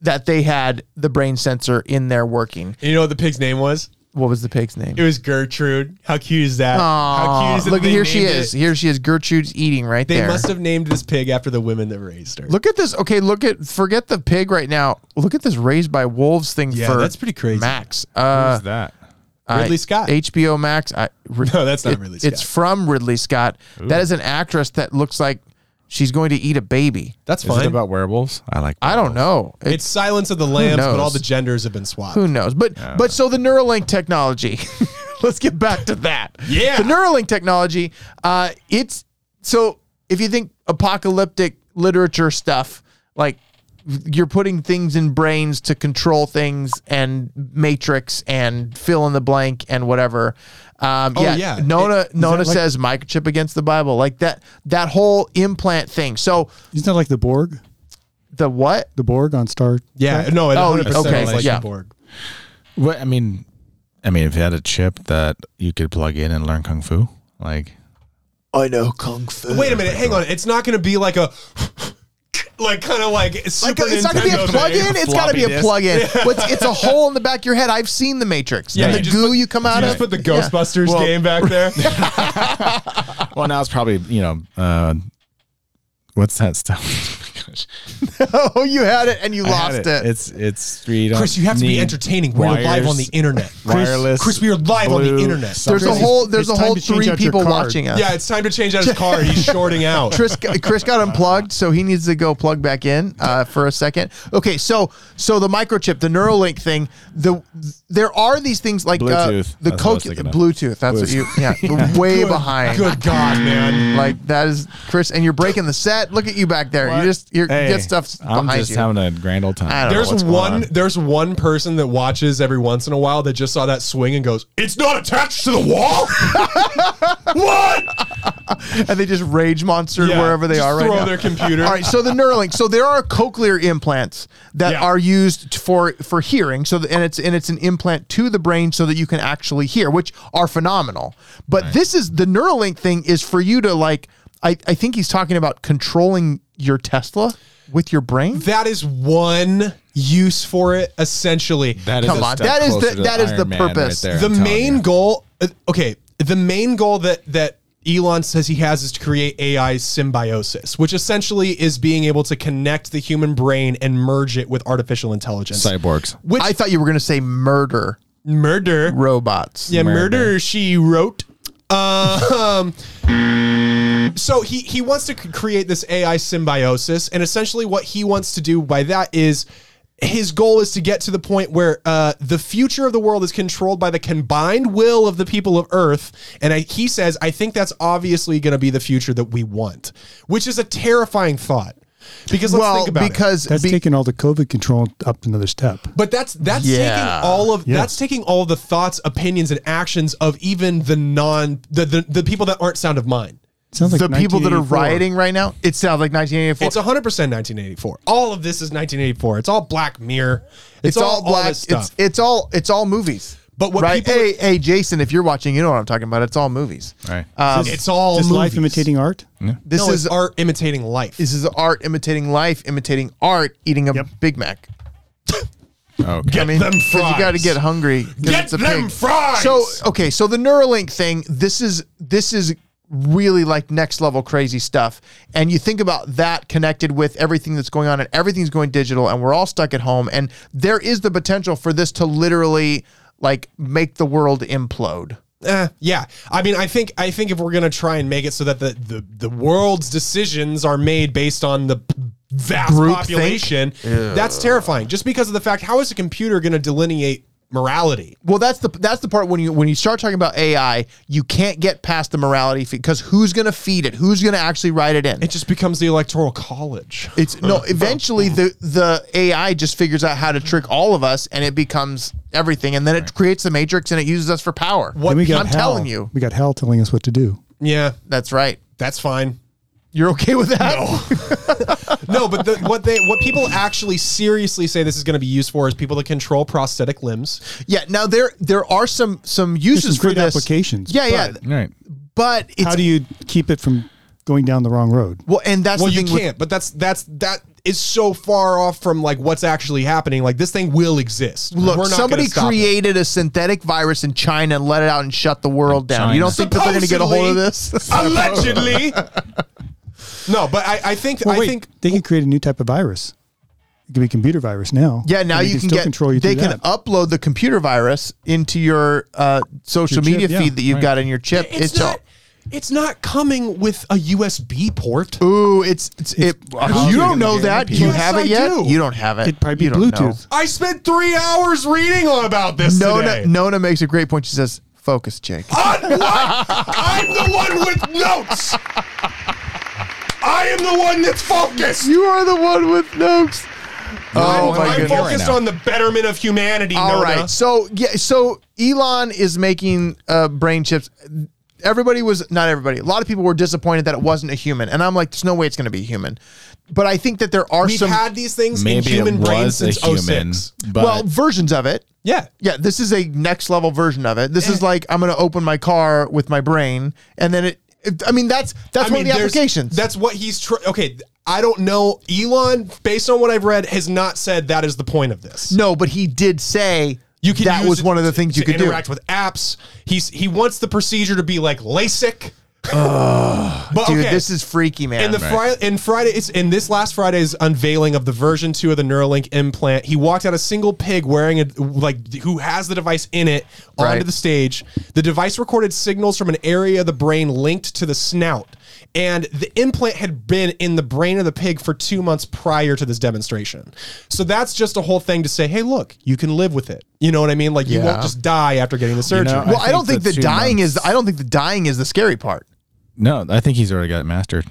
C: that they had the brain sensor in there working.
B: And you know what the pig's name was?
C: What was the pig's name?
B: It was Gertrude. How cute is that? How
C: Aw,
B: cute is it
C: look
B: they
C: here she
B: named
C: is.
B: it-
C: Here she is. Gertrude's eating right
B: They
C: there.
B: must have named this pig after the women that raised her.
C: look at this. Okay, look at forget the pig right now. Look at this raised by wolves thing
B: Yeah,
C: for
B: that's pretty crazy.
C: Max. Uh,
D: Who's that?
C: I-
B: Ridley Scott.
C: HBO Max. I, Rid-
B: No, that's not
C: it-
B: Ridley
C: It's
B: Scott.
C: from Ridley Scott. That is an actress that looks like she's going to eat a baby.
B: That's
D: Is
B: fine.
D: it about werewolves? I like.
C: I don't know. It-
B: it's Silence of the Lambs,
C: knows?
B: but all the genders have been swapped.
C: Who knows? But but so the Neuralink technology. [LAUGHS] let's get back to that.
B: Yeah.
C: The Neuralink technology. Uh, it's so if you think apocalyptic literature stuff, like you're putting things in brains to control things and matrix and fill in the blank and whatever. Um,
B: Oh,
C: yeah.
B: yeah.
C: Nona
B: It- is
C: Nona
B: that like-
C: says microchip against the Bible, like that that whole implant thing. So
A: Isn't that like the Borg?
C: the what?
A: The Borg on Star.
B: Yeah,
A: Trek?
B: no, it
C: Oh,
B: 100%
C: okay,
B: is like
C: yeah.
B: the Borg.
D: Well, I mean, I mean, if you had a chip that you could plug in and learn kung fu, like
C: I know kung fu.
B: Wait a minute, hang on. It's not going to be like a [LAUGHS] like kind of like
C: Like
B: Super
C: a, it's not gonna be a
B: Nintendo
C: plug-in.
B: thing.
C: It's gotta be
D: floppy
C: a
D: disk.
C: plug-in. What's- It's a hole in the back of your head. I've seen the Matrix.
B: Yeah,
C: and
B: you
C: the
B: just
C: goo
B: put-
C: you come out
B: You
C: of.
B: just put the
C: Yeah.
B: Ghostbusters
C: Well,
B: game
C: [LAUGHS]
B: back there.
D: well, now it's probably you know, uh, what's that stuff? Gosh.
C: Oh, [LAUGHS] you had it and you
D: I had
C: lost it.
D: It's it's three.
B: Chris, you have to be entertaining. We're live on the internet. Chris,
D: wireless,
B: Chris, we are live on the
D: blue,
B: internet.
C: There's a
A: Chris,
C: whole
A: it's
C: there's a
A: time
C: whole
A: to change
C: three
A: out your
C: people
A: card.
C: watching us.
B: yeah, it's time to change out his
C: [LAUGHS]
B: card. He's shorting out.
C: Chris Chris got unplugged, so he needs to go plug back in uh, for a second. Okay, so so the microchip, the Neuralink thing, the there are these things like
D: Bluetooth.
C: Uh, the
D: That's what I was
C: cocu-
D: thinking of.
C: Bluetooth. That's what you yeah,
D: [LAUGHS]
C: we're way behind.
B: Good God, man.
C: Like that is Chris, and you're breaking the set. Look at you back there. You just you're, you get stuff
D: I'm
C: behind
D: just
C: you.
D: having a grand old
C: I
D: time.
C: don't know what's
B: There's
C: going
B: one.
C: on.
B: There's one person that watches every once in a while that just saw that swing and goes, "It's not attached to the wall." [LAUGHS] what?
C: and they just rage monster
B: Yeah,
C: wherever they
B: just
C: are right
B: throw
C: now.
B: their
C: [LAUGHS]
B: computer.
C: All right, so the Neuralink. So there are cochlear implants that
B: Yeah.
C: are used t- for for hearing. So the, and it's and it's an implant to the brain so that you can actually hear, which are phenomenal. But this is the Neuralink thing is for you to like. I I think he's talking about controlling your Tesla with your brain.
B: That is one use for it, essentially.
D: That is
C: Come
D: a
C: on,
D: step
C: that is
D: closer
C: the-
D: to
C: that is the
D: Iron Man right
C: purpose.
D: there,
B: the
D: I'm telling
B: main
D: you.
B: goal uh, okay the main goal that that elon says he has is to create ai symbiosis which essentially is being able to connect the human brain and merge it with artificial intelligence
D: cyborgs.
B: which
C: I thought you were going to say murder
B: murder
C: robots.
B: yeah murder, she wrote um so he he wants to c- create this ai symbiosis and essentially what he wants to do by that is his goal is to get to the point where uh, the future of the world is controlled by the combined will of the people of Earth. And I, he says, I think that's obviously going to be the future that we want, which is a terrifying thought. Because let's
C: Well,
B: think about it.
C: because
A: That's
C: be-
A: taking all the COVID control up another step.
B: But that's that's
C: Yeah.
B: taking all of
A: Yeah.
B: that's taking all the thoughts, opinions, and actions of even the non the the, the people that aren't sound of mind.
A: Sounds like
C: the people that are
A: 1984.
C: rioting right now. It sounds like 1984.
B: It's 100% 1984. All of this is 1984. It's all Black Mirror. It's, all, black all this stuff.
C: It's it's all it's all movies.
B: But what
C: right?
B: people-
C: Hey, hey, Jason, if you're watching, you know what I'm talking about. It's all movies.
D: Right.
C: Um,
B: It's all
A: Just life
B: movies.
A: imitating art.
C: this
B: No,
C: is
B: it's art imitating life.
C: this is art imitating life, imitating art, eating a Big Mac.
D: Okay.
C: I mean,
B: them
C: 'cause you got to
B: fries.
C: get hungry. 'cause
B: Get
C: it's a
B: them
C: pig.
B: fries!
C: So okay, so the Neuralink thing. This is this is really like next level crazy stuff. And you think about that connected with everything that's going on, and everything's going digital, and we're all stuck at home. And there is the potential for this to literally like make the world implode.
B: Eh, yeah. I mean, I think I think if we're gonna try and make it so that the the, the world's decisions are made based on the p- vast
C: Groupthink?
B: population, that's terrifying. Just because of the fact, how is a computer gonna delineate morality?
C: Well, that's the that's the part when you when you start talking about AI, you can't get past the morality because who's going to feed it? Who's going to actually write it in?
B: It just becomes the electoral college.
C: It's
B: [LAUGHS]
C: no. Eventually, the the AI just figures out how to trick all of us, and it becomes everything. And then it creates the matrix, and it uses us for power.
B: What-
A: Then we got
C: I'm
A: Hal.
C: telling you.
A: We got Hal telling us what to do.
B: Yeah,
C: That's right.
B: that's fine. [LAUGHS]
C: You're okay with that?
B: No, but the, what they what people actually seriously say this is going to be used for is people that control prosthetic limbs.
C: [LAUGHS] Yeah. Now there there are some some uses for
A: great
C: this
A: applications,
C: Yeah, yeah.
D: All right.
C: But it's
A: How do you keep it from going down the wrong road?
C: well, and that's
B: Well,
C: the
B: you
C: thing. with-
B: can't, but that's that's that is so far off from like what's actually happening. Like this thing will exist.
C: Look,
B: We're not gonna
C: somebody
B: stop it.
C: created a synthetic virus in China and let it out and shut the world down. You don't think that they're going to get a hold of this? [LAUGHS]
B: allegedly. [LAUGHS] no, but I, I think I think
A: they can create a new type of virus. It could be computer virus now.
C: Yeah, now
A: And
C: you
A: they
C: can,
A: still
C: get
A: control you.
C: they
A: through
C: can
A: that.
C: upload the computer virus into your uh, social
A: Your chip,
C: media
A: yeah,
C: feed that you've got in your chip.
B: it's, not. It's not coming with a USB port.
C: all, ooh, it's, it's it.
A: Bluetooth.
C: you don't know that. Do you
B: Yes,
C: have
B: I
C: it yet?
B: do.
C: You don't have it.
A: It'd probably be
C: You don't know.
A: Bluetooth.
B: I spent three hours reading on about this
C: Nona
B: today.
C: Nona makes a great point. She says, "Focus, Jake."
B: On what? I'm the one with notes. I am the one that's focused.
C: You are the one with nukes. Oh
B: I'm,
C: my
B: I'm
C: goodness.
B: focused on the betterment of humanity.
C: All
B: Nona.
C: right. So yeah, so Elon is making uh, brain chips. Everybody was not everybody. A lot of people were disappointed that it wasn't a human, and I'm like, there's no way it's going to be human. But I think that there are
B: We've
C: some
B: had these things in
D: Maybe
B: human
D: it
B: brains
D: was a
B: since
D: human,
B: 06.
D: but
C: well versions of it.
B: Yeah.
C: Yeah, this is a next level version of it. This
B: Eh.
C: is like I'm going to open my car with my brain, and then it. it- I mean, that's that's one of the
B: there's-
C: applications.
B: That's what he's tr- okay. I don't know. Elon, based on what I've read, has not said that is the point of this.
C: no, but he did say
B: You can
C: that
B: use
C: was
B: it
C: one of the
B: to-
C: things you
B: to
C: could do.
B: interact with apps. He's he wants the procedure to be like LASIK. but
C: Dude,
B: okay.
C: this is freaky, man.
B: in the
D: Right.
B: Fri- in Friday it's in this last Friday's unveiling of the version two of the Neuralink implant. He walked out a single pig wearing a like who has the device in it onto
C: Right.
B: the stage. The device recorded signals from an area of the brain linked to the snout. And the implant had been in the brain of the pig for two months prior to this demonstration. So that's just a whole thing to say, hey, look, you can live with it. You know what I mean? Like, you
C: Yeah.
B: won't just die after getting the surgery.
D: know,
C: well, I,
D: I
C: don't think
D: think
C: the,
D: the two
C: dying is.
D: months-
C: I don't think the dying is the scary part.
D: No, I think he's already got it mastered.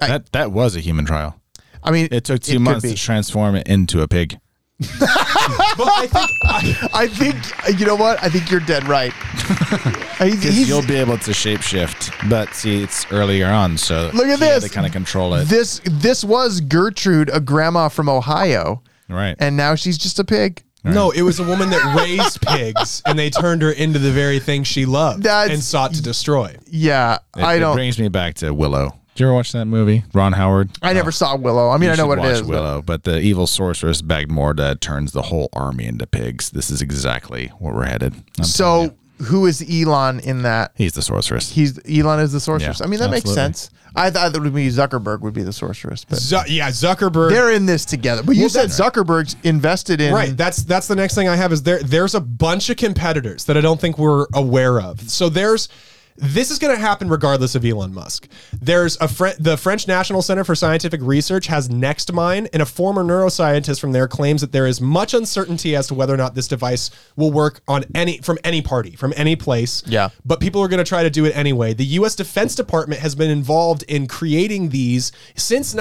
C: I-
D: that that was a human trial.
C: I mean,
D: It took two
C: could
D: months
C: be.
D: to transform it into a pig.
B: but I think
C: I think you know what? I think you're dead
D: [LAUGHS]
C: right. He's-
D: 'Cause
C: he's-
D: you'll be able to shapeshift, but see, it's earlier on, so
C: Look at
D: he had
C: this.
D: to kind of control it.
C: this this was Gertrude, a grandma from Ohio,
D: right.
C: and now she's just a pig.
B: No, it was a woman that raised pigs, and they turned her into the very thing she loved
C: That's-
B: and sought to destroy.
C: Yeah,
D: It-
C: I
D: it
C: don't.
D: brings me back to Willow. Did you ever watch that movie? Ron Howard.
C: I never saw Willow. I mean, I know what it is. but-
D: Willow, but the evil sorceress Bagmorda turns the whole army into pigs. This is exactly where we're headed. I'm telling you.
C: So who is Elon in that?
D: he's the sorceress.
C: He's Elon is the sorceress.
D: Yeah,
C: I mean, that makes
D: absolutely.
C: sense. I thought that would be Zuckerberg would be the sorceress, but
B: Zu- yeah, Zuckerberg.
C: they're in this together. But you
B: Well,
C: said Zuckerberg's invested in
B: right. That's that's the next thing I have is there. There's a bunch of competitors that I don't think we're aware of. So there's. This is going to happen regardless of Elon Musk. There's a Fre- the French National Center for Scientific Research has NextMind, and a former neuroscientist from there claims that there is much uncertainty as to whether or not this device will work on any from any party, from any place.
C: Yeah.
B: but people are going to try to do it anyway. The U.S. Defense Department has been involved in creating these since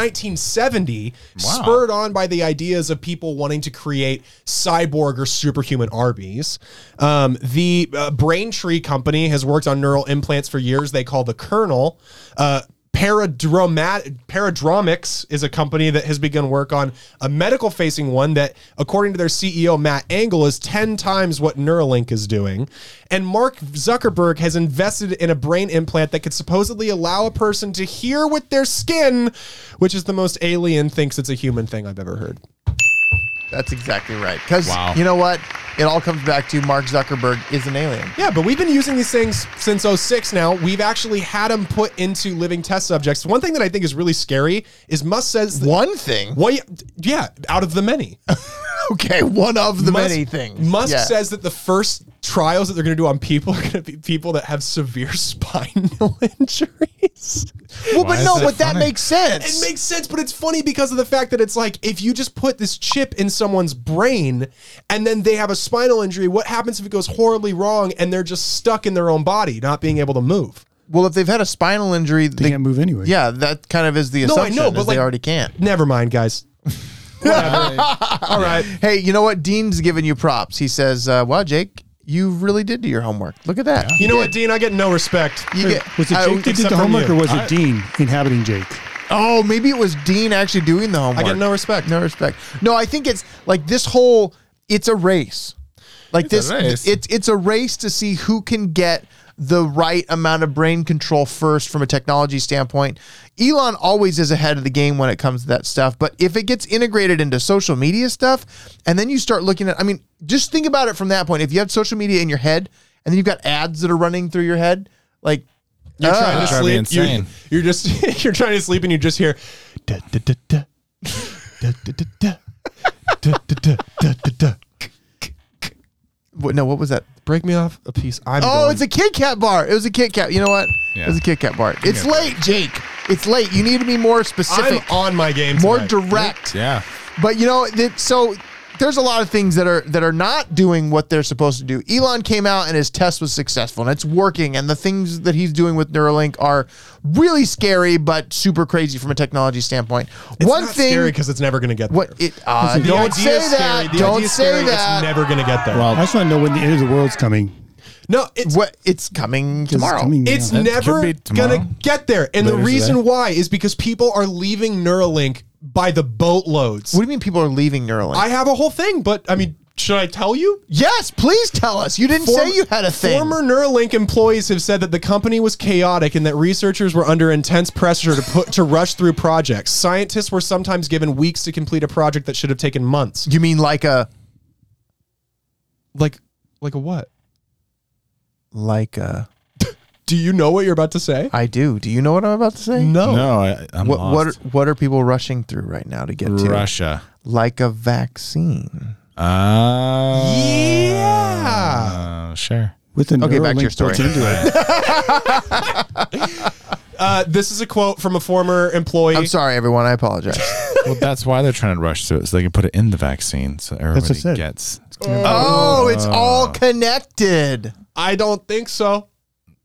B: 1970, spurred on by the ideas of people wanting to create cyborg or superhuman Arby's. Um, the uh, Braintree company has worked on neural implants for years. They call the kernel. Uh, Paradromat- Paradromics is a company that has begun work on a medical facing one that, according to their CEO, Matt Angle, is 10 times what Neuralink is doing. And Mark Zuckerberg has invested in a brain implant that could supposedly allow a person to hear with their skin, which is the most alien thinks it's a human thing I've ever heard.
C: That's exactly right. Because
D: Wow.
C: you know what? It all comes back to Mark Zuckerberg is an alien.
B: Yeah, but we've been using these things since 06 now. We've actually had them put into living test subjects. One thing that I think is really scary is Musk says that.
C: One thing.
B: Well, yeah, yeah, out of the many.
C: [LAUGHS] Okay, one of the
B: Musk,
C: many things.
B: Musk
C: Yeah.
B: says that the first trials that they're going to do on people [LAUGHS] are going to be people that have severe [LAUGHS] spinal [LAUGHS] injuries.
C: Well,
D: Why
C: but
D: is
C: no,
D: that
C: but that
D: funny?
C: makes sense.
B: It makes sense, but it's funny because of the fact that it's like if you just put this chip in someone's brain and then they have a spinal injury, what happens if it goes horribly wrong and they're just stuck in their own body, not being able to move?
C: well, if they've had a spinal injury,
A: They can't move anyway.
C: Yeah, that kind of is the
B: No, I
C: assumption.
B: know, but
C: is they
B: like-
C: already can't.
B: Never mind, guys. All right.
C: Hey, you know what? Dean's giving you props. He says, uh, "Wow, Jake, you really did do your homework. Look at that.
B: You know what, Dean? I get no respect.
C: You get,
A: Was it
C: I-
A: Jake that did
B: except
A: the
B: from
A: homework
B: you.
A: or was it Dean inhabiting Jake?
C: oh, maybe it was Dean actually doing the
B: I
C: homework.
B: get no respect.
C: no respect. No, I think it's like this whole. It's a race. Like
D: It's
C: this,
D: a race.
C: it's it's a race to see who can get the right amount of brain control first from a technology standpoint. Elon always is ahead of the game when it comes to that stuff, but if it gets integrated into social media stuff, and then you start looking at, I mean, just think about it from that point. If you have social media in your head, and then you've got ads that are running through your head, like
B: You're
C: ah,
B: trying to
D: Drive me
B: sleep. You're,
D: insane.
B: you're just [LAUGHS] you're trying to sleep and you just hear da, da, da, da, da, da, da, da, da, da, da, da, da.
C: what- no, what was that?
B: Break me off a piece. I'm
C: Oh,
B: going-
C: it's a Kit Kat bar. It was a Kit Kat. You know what? It
D: Yeah.
C: was a Kit Kat bar. It's
D: Yeah.
C: late, Jake. It's late. You need to be more
B: I'm
C: specific,
B: on my game.
C: more
B: tonight.
C: direct.
D: yeah.
C: But you know, that, so there's a lot of things that are that are not doing what they're supposed to do. Elon came out and his test was successful and it's working and the things that he's doing with Neuralink are really scary but super crazy from a technology standpoint.
B: It's
C: One
B: not
C: thing
B: scary because it's never going to get
C: what
B: there.
C: it uh,
B: the
C: don't
B: idea
C: say
B: is
C: that.
B: scary. The
C: don't
B: idea is
C: say
B: scary.
C: that.
B: It's never going to get there.
A: I just want to know when the end of the world's coming.
B: no, it's
C: what it's coming tomorrow.
A: coming now.
B: It's
A: That
B: never
D: could be tomorrow.
B: gonna get there, and the
A: Later
B: reason
A: today.
B: why is because people are leaving Neuralink by the boatloads.
C: What do you mean people are leaving Neuralink?
B: I have a whole thing, but I mean, should I tell you?
C: yes, please tell us. You didn't
B: Form-
C: say you had a thing.
B: Former Neuralink employees have said that the company was chaotic and that researchers were under intense pressure to put to rush through projects. Scientists were sometimes given weeks to complete a project that should have taken months.
C: you mean like a
B: Like, like a what?
C: like a
B: Do you know what you're about to say?
C: I do. Do you know what I'm about to say?
B: No.
D: No, I, I'm
C: What what
D: lost.
C: are, what are people rushing through right now to get to?
D: Russia?
C: Like a vaccine.
D: Uh,
B: Yeah.
D: uh, sure.
A: With the
C: Okay, back to your
A: Neuralink built
C: story.
A: into [LAUGHS] it.
B: Uh, this is a quote from a former employee.
C: I'm sorry, everyone. I
B: [LAUGHS]
C: apologize.
D: Well, that's why they're trying to rush through it so they can put it in the vaccine so everybody
A: said.
D: gets.
C: oh, it's all connected.
B: I don't think so.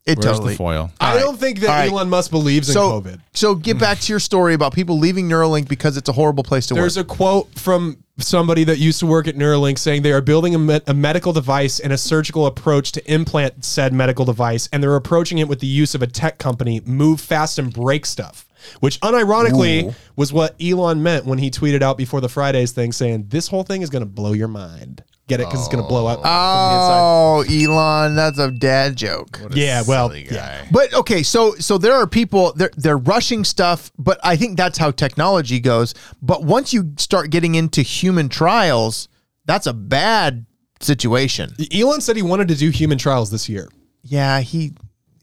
C: It
D: Where's
C: totally.
D: the foil?
B: I
C: right.
B: don't think that
C: All right.
B: Elon Musk believes in
C: So,
B: COVID.
C: so get back to your story about people leaving Neuralink because it's a horrible place to
B: There's
C: work.
B: a quote from somebody that used to work at Neuralink saying they are building a, me- a medical device and a surgical approach to implant said medical device, and they're approaching it with the use of a tech company, move fast and break stuff, which unironically was what Elon meant when he tweeted out before the Fridays thing saying, This whole thing is going to blow your mind. Get it? Because it's going to blow up.
C: oh, Elon, that's a dad joke.
B: yeah, well,
D: Silly
B: yeah.
D: guy.
C: But okay, so so there are people they're they're rushing stuff, but I think that's how technology goes. But once you start getting into human trials, that's a bad situation.
B: Elon said he wanted to do human trials this year.
C: Yeah, he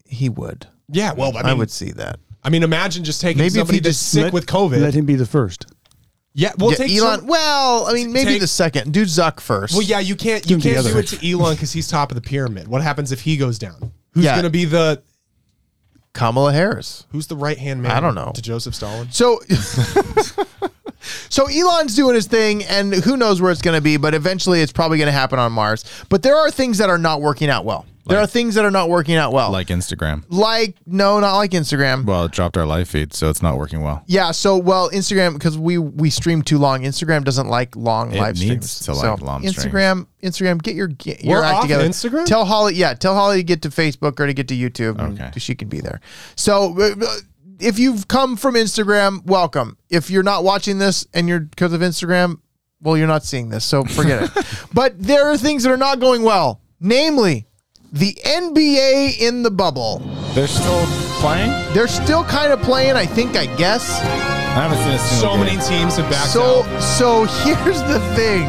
C: he would.
B: Yeah, well, I mean,
C: I
B: I,
C: would see that.
B: mean, imagine just taking
C: Maybe if
B: somebody
C: he
B: that's
C: just
B: sick
C: let-
B: with COVID.
A: Let him be the first.
B: yeah, well,
C: Yeah,
B: take
C: Elon.
B: some-
C: well, I mean, maybe
B: take-
C: the second. Do Zuck first.
B: Well, yeah, you can't you
A: Give
B: can't
A: 'em the
B: do
A: other.
B: it to Elon because he's top of the pyramid. What happens if he goes down? Who's
C: Yeah.
B: gonna be the
C: Kamala Harris.
B: who's the right hand man?
C: I don't know.
B: To Joseph Stalin.
C: So, [LAUGHS] so Elon's doing his thing, and who knows where it's going to be? But eventually, it's probably going to happen on Mars. But there are things that are not working out well. there are things that are not working out well.
D: Like Instagram.
C: like no, not like Instagram.
D: Well, it dropped our live feed, so it's not working well.
C: yeah, so well, Instagram because we we stream too long. Instagram doesn't like long
D: It
C: live
D: needs
C: streams.
D: to
C: so
D: like long
C: Instagram, Instagram, get your get your
B: We're
C: act
B: off
C: together.
B: Instagram?
C: Tell Holly, yeah, tell Holly to get to Facebook or to get to YouTube. and
D: Okay.
C: she can be there. So uh, uh, if you've come from Instagram, welcome. If you're not watching this and you're because of Instagram, well, you're not seeing this, so forget
D: [LAUGHS]
C: it. But there are things that are not going well, namely the NBA in the bubble.
D: They're still playing?
C: They're still kind of playing, I think, I guess.
D: I haven't seen a single
B: So many
D: game.
B: teams have backed
C: So
B: out.
C: so here's the thing.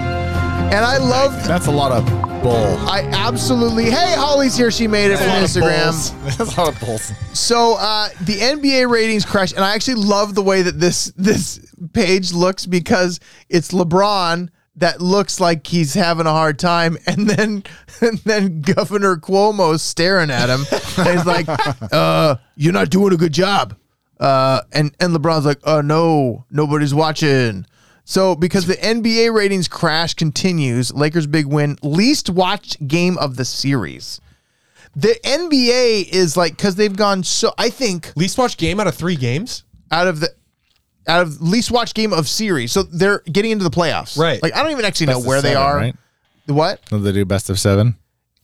C: And I love
D: That's a lot of bull.
C: I absolutely hey Holly's here, she made it from
B: That's a lot of
C: Instagram.
D: [LAUGHS] That's a lot of bulls.
C: So uh the NBA ratings crash, and I actually love the way that this [LAUGHS] this page looks because it's LeBron that looks like he's having a hard time, [LAUGHS] and then and then Governor Cuomo's staring at him. and he's like, [LAUGHS] uh, you're not doing a good job. Uh, and and LeBron's like, "Oh no, nobody's watching." So because the NBA ratings crash continues, Lakers big win, least watched game of the series. The NBA is like because they've gone so. I think
B: Least watched game out of three games.
C: out of the out of least watched game of series, so they're getting into the playoffs.
B: Right.
C: Like I don't even actually
D: Best
C: know
D: of
C: where they
D: seven,
C: are.
D: right?
C: The What?
D: Don't they do best of seven?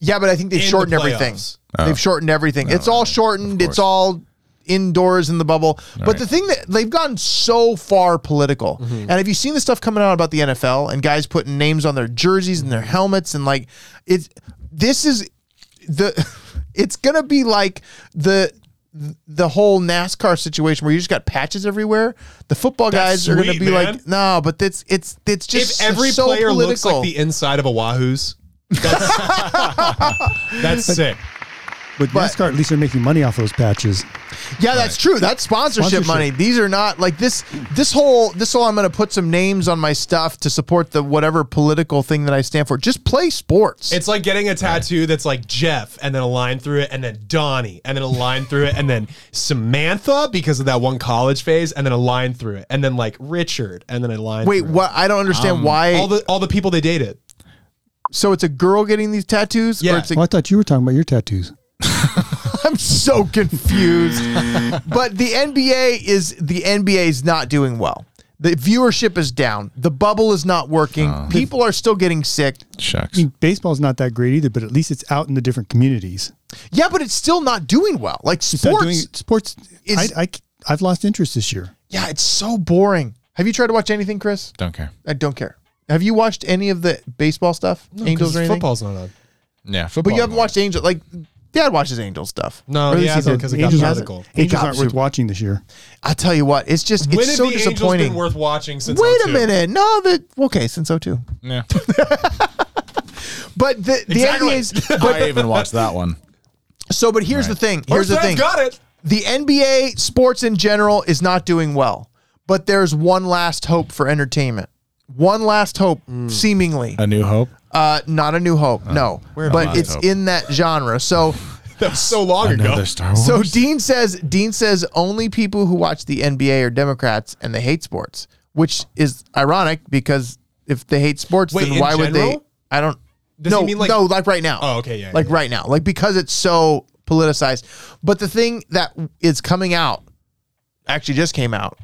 C: Yeah, but I think they've
B: In the
C: shortened everything.
B: playoffs.
C: They've shortened everything. it's all shortened. It's all indoors in the bubble. but the thing that they've gone so far political.
B: Mm-hmm.
C: And have you seen the stuff coming out about the NFL and guys putting names on their jerseys and their helmets and like it's this is the [LAUGHS] it's gonna be like the the whole NASCAR situation where you just got patches everywhere. The football
B: That's
C: guys are gonna
B: sweet,
C: be
B: man.
C: like, no, but it's it's it's just
B: if every
C: so
B: player
C: political.
B: looks like the inside of a Wahoo's, that's, [LAUGHS] that's sick.
A: But,
C: But-
A: NASCAR, at least they're making money off those patches.
C: Yeah, that's true. That's sponsorship,
A: Sponsorship.
C: money. These are not like this. This whole this whole I'm going to put some names on my stuff to support the whatever political thing that I stand for. Just play sports.
B: It's like getting a tattoo that's like Jeff and then a line through it and then Donnie and then a line through it and then Samantha because of that one college phase and then a line through it and then like Richard and then a line
C: Wait,
B: through it.
C: what? I don't understand why.
B: all the all the people they dated.
C: so it's a girl getting these tattoos.
B: Yeah.
C: Or it's a,
A: Well, Oh, I thought you were talking about your tattoos.
C: [LAUGHS] I'm so confused. but the NBA is the NBA is not doing well. The viewership is down. The bubble is not working. People are still getting sick.
A: I
D: Shucks.
A: mean, baseball's not that great either, but at least it's out in the different communities.
C: Yeah, but it's still not doing well. Like
A: It's not
C: sports.
A: doing- sports.
C: is-
A: I, have lost interest this year.
C: yeah, it's so boring. Have you tried to watch anything, Chris?
D: Don't care.
C: I don't care. Have you watched any of the baseball stuff? Angels or anything?
B: football's not on.
D: Yeah.
C: But
D: Football.
C: you haven't watched Angel. Like Dad watches Angel stuff. Or
B: No,
C: at
B: he
C: least
B: hasn't
C: did.
B: because it got
A: Angels
B: political.
C: It
A: Angels
C: got
A: aren't worth
C: super-
A: watching this year.
C: I tell you what, it's just
B: When
C: it's
B: have
C: so
B: the Angels
C: disappointing.
B: been worth watching since?
C: Wait a
B: 02?
C: minute. No, the okay since 02.
D: Yeah. [LAUGHS]
C: But the the
B: Exactly.
C: NBA's
D: I even watched that one.
C: so. But here's the thing. Here's the
B: Horseback
C: thing.
B: Got it. [LAUGHS]
C: The NBA sports in general is not doing well. But there's one last hope for entertainment. One last hope,
B: Mm.
C: seemingly.
D: A New Hope.
C: Uh, not a new hope. no, but
D: Last
C: it's
D: Hope.
C: in that genre. So.
B: That was so long ago.
D: Another Star Wars.
C: So Dean says Dean says only people who watch the NBA are Democrats and they hate sports, which is ironic because if they hate sports,
B: Wait,
C: then
B: in
C: why would they?
B: general?
C: I don't.
B: Does
C: no,
B: he mean like-
C: no, like right now.
B: Oh, okay, yeah,
C: Like
B: yeah.
C: right now, like because it's so politicized. But the thing that is coming out actually just came out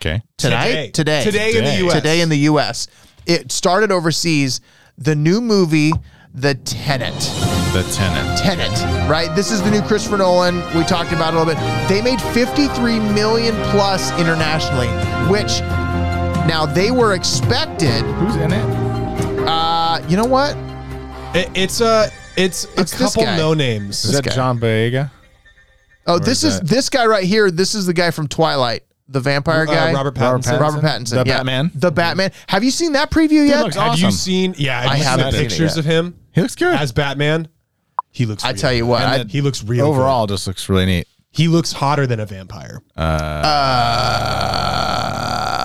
D: okay.
C: tonight,
B: Today.
C: today,
B: Today in the Today. US.
C: today in the U.S. It started overseas. The new movie, The Tenant.
D: The Tenant.
C: Tenet, right? This is the new Christopher Nolan. We talked about it a little bit. They made 53 million plus internationally, which now they were expected.
D: Who's in it?
C: Uh, you know what?
B: It- it's a it's a
C: It's this
B: couple
C: guy.
B: no
D: Is
B: names.
D: that
C: guy.
D: John Boyega?
C: Oh,
D: Or
C: this
D: is
C: is
D: that-
C: this guy right here. This is the guy from Twilight, the vampire
B: Uh,
C: guy.
B: Robert Pattinson.
D: Pattinson.
C: Robert Pattinson.
D: The
C: yeah.
D: Batman.
C: The Batman. Have you seen that preview yet?
D: looks
B: Have
D: awesome.
B: you seen? Yeah,
C: I
B: I've seen
C: haven't
B: the
C: seen it
B: pictures
C: yet.
B: of him
D: He looks good.
B: as Batman. He looks.
C: I
B: real.
C: tell you what,
D: And
C: I,
D: the-
B: he looks real. good.
D: Overall, just looks really neat.
B: he looks hotter than a vampire.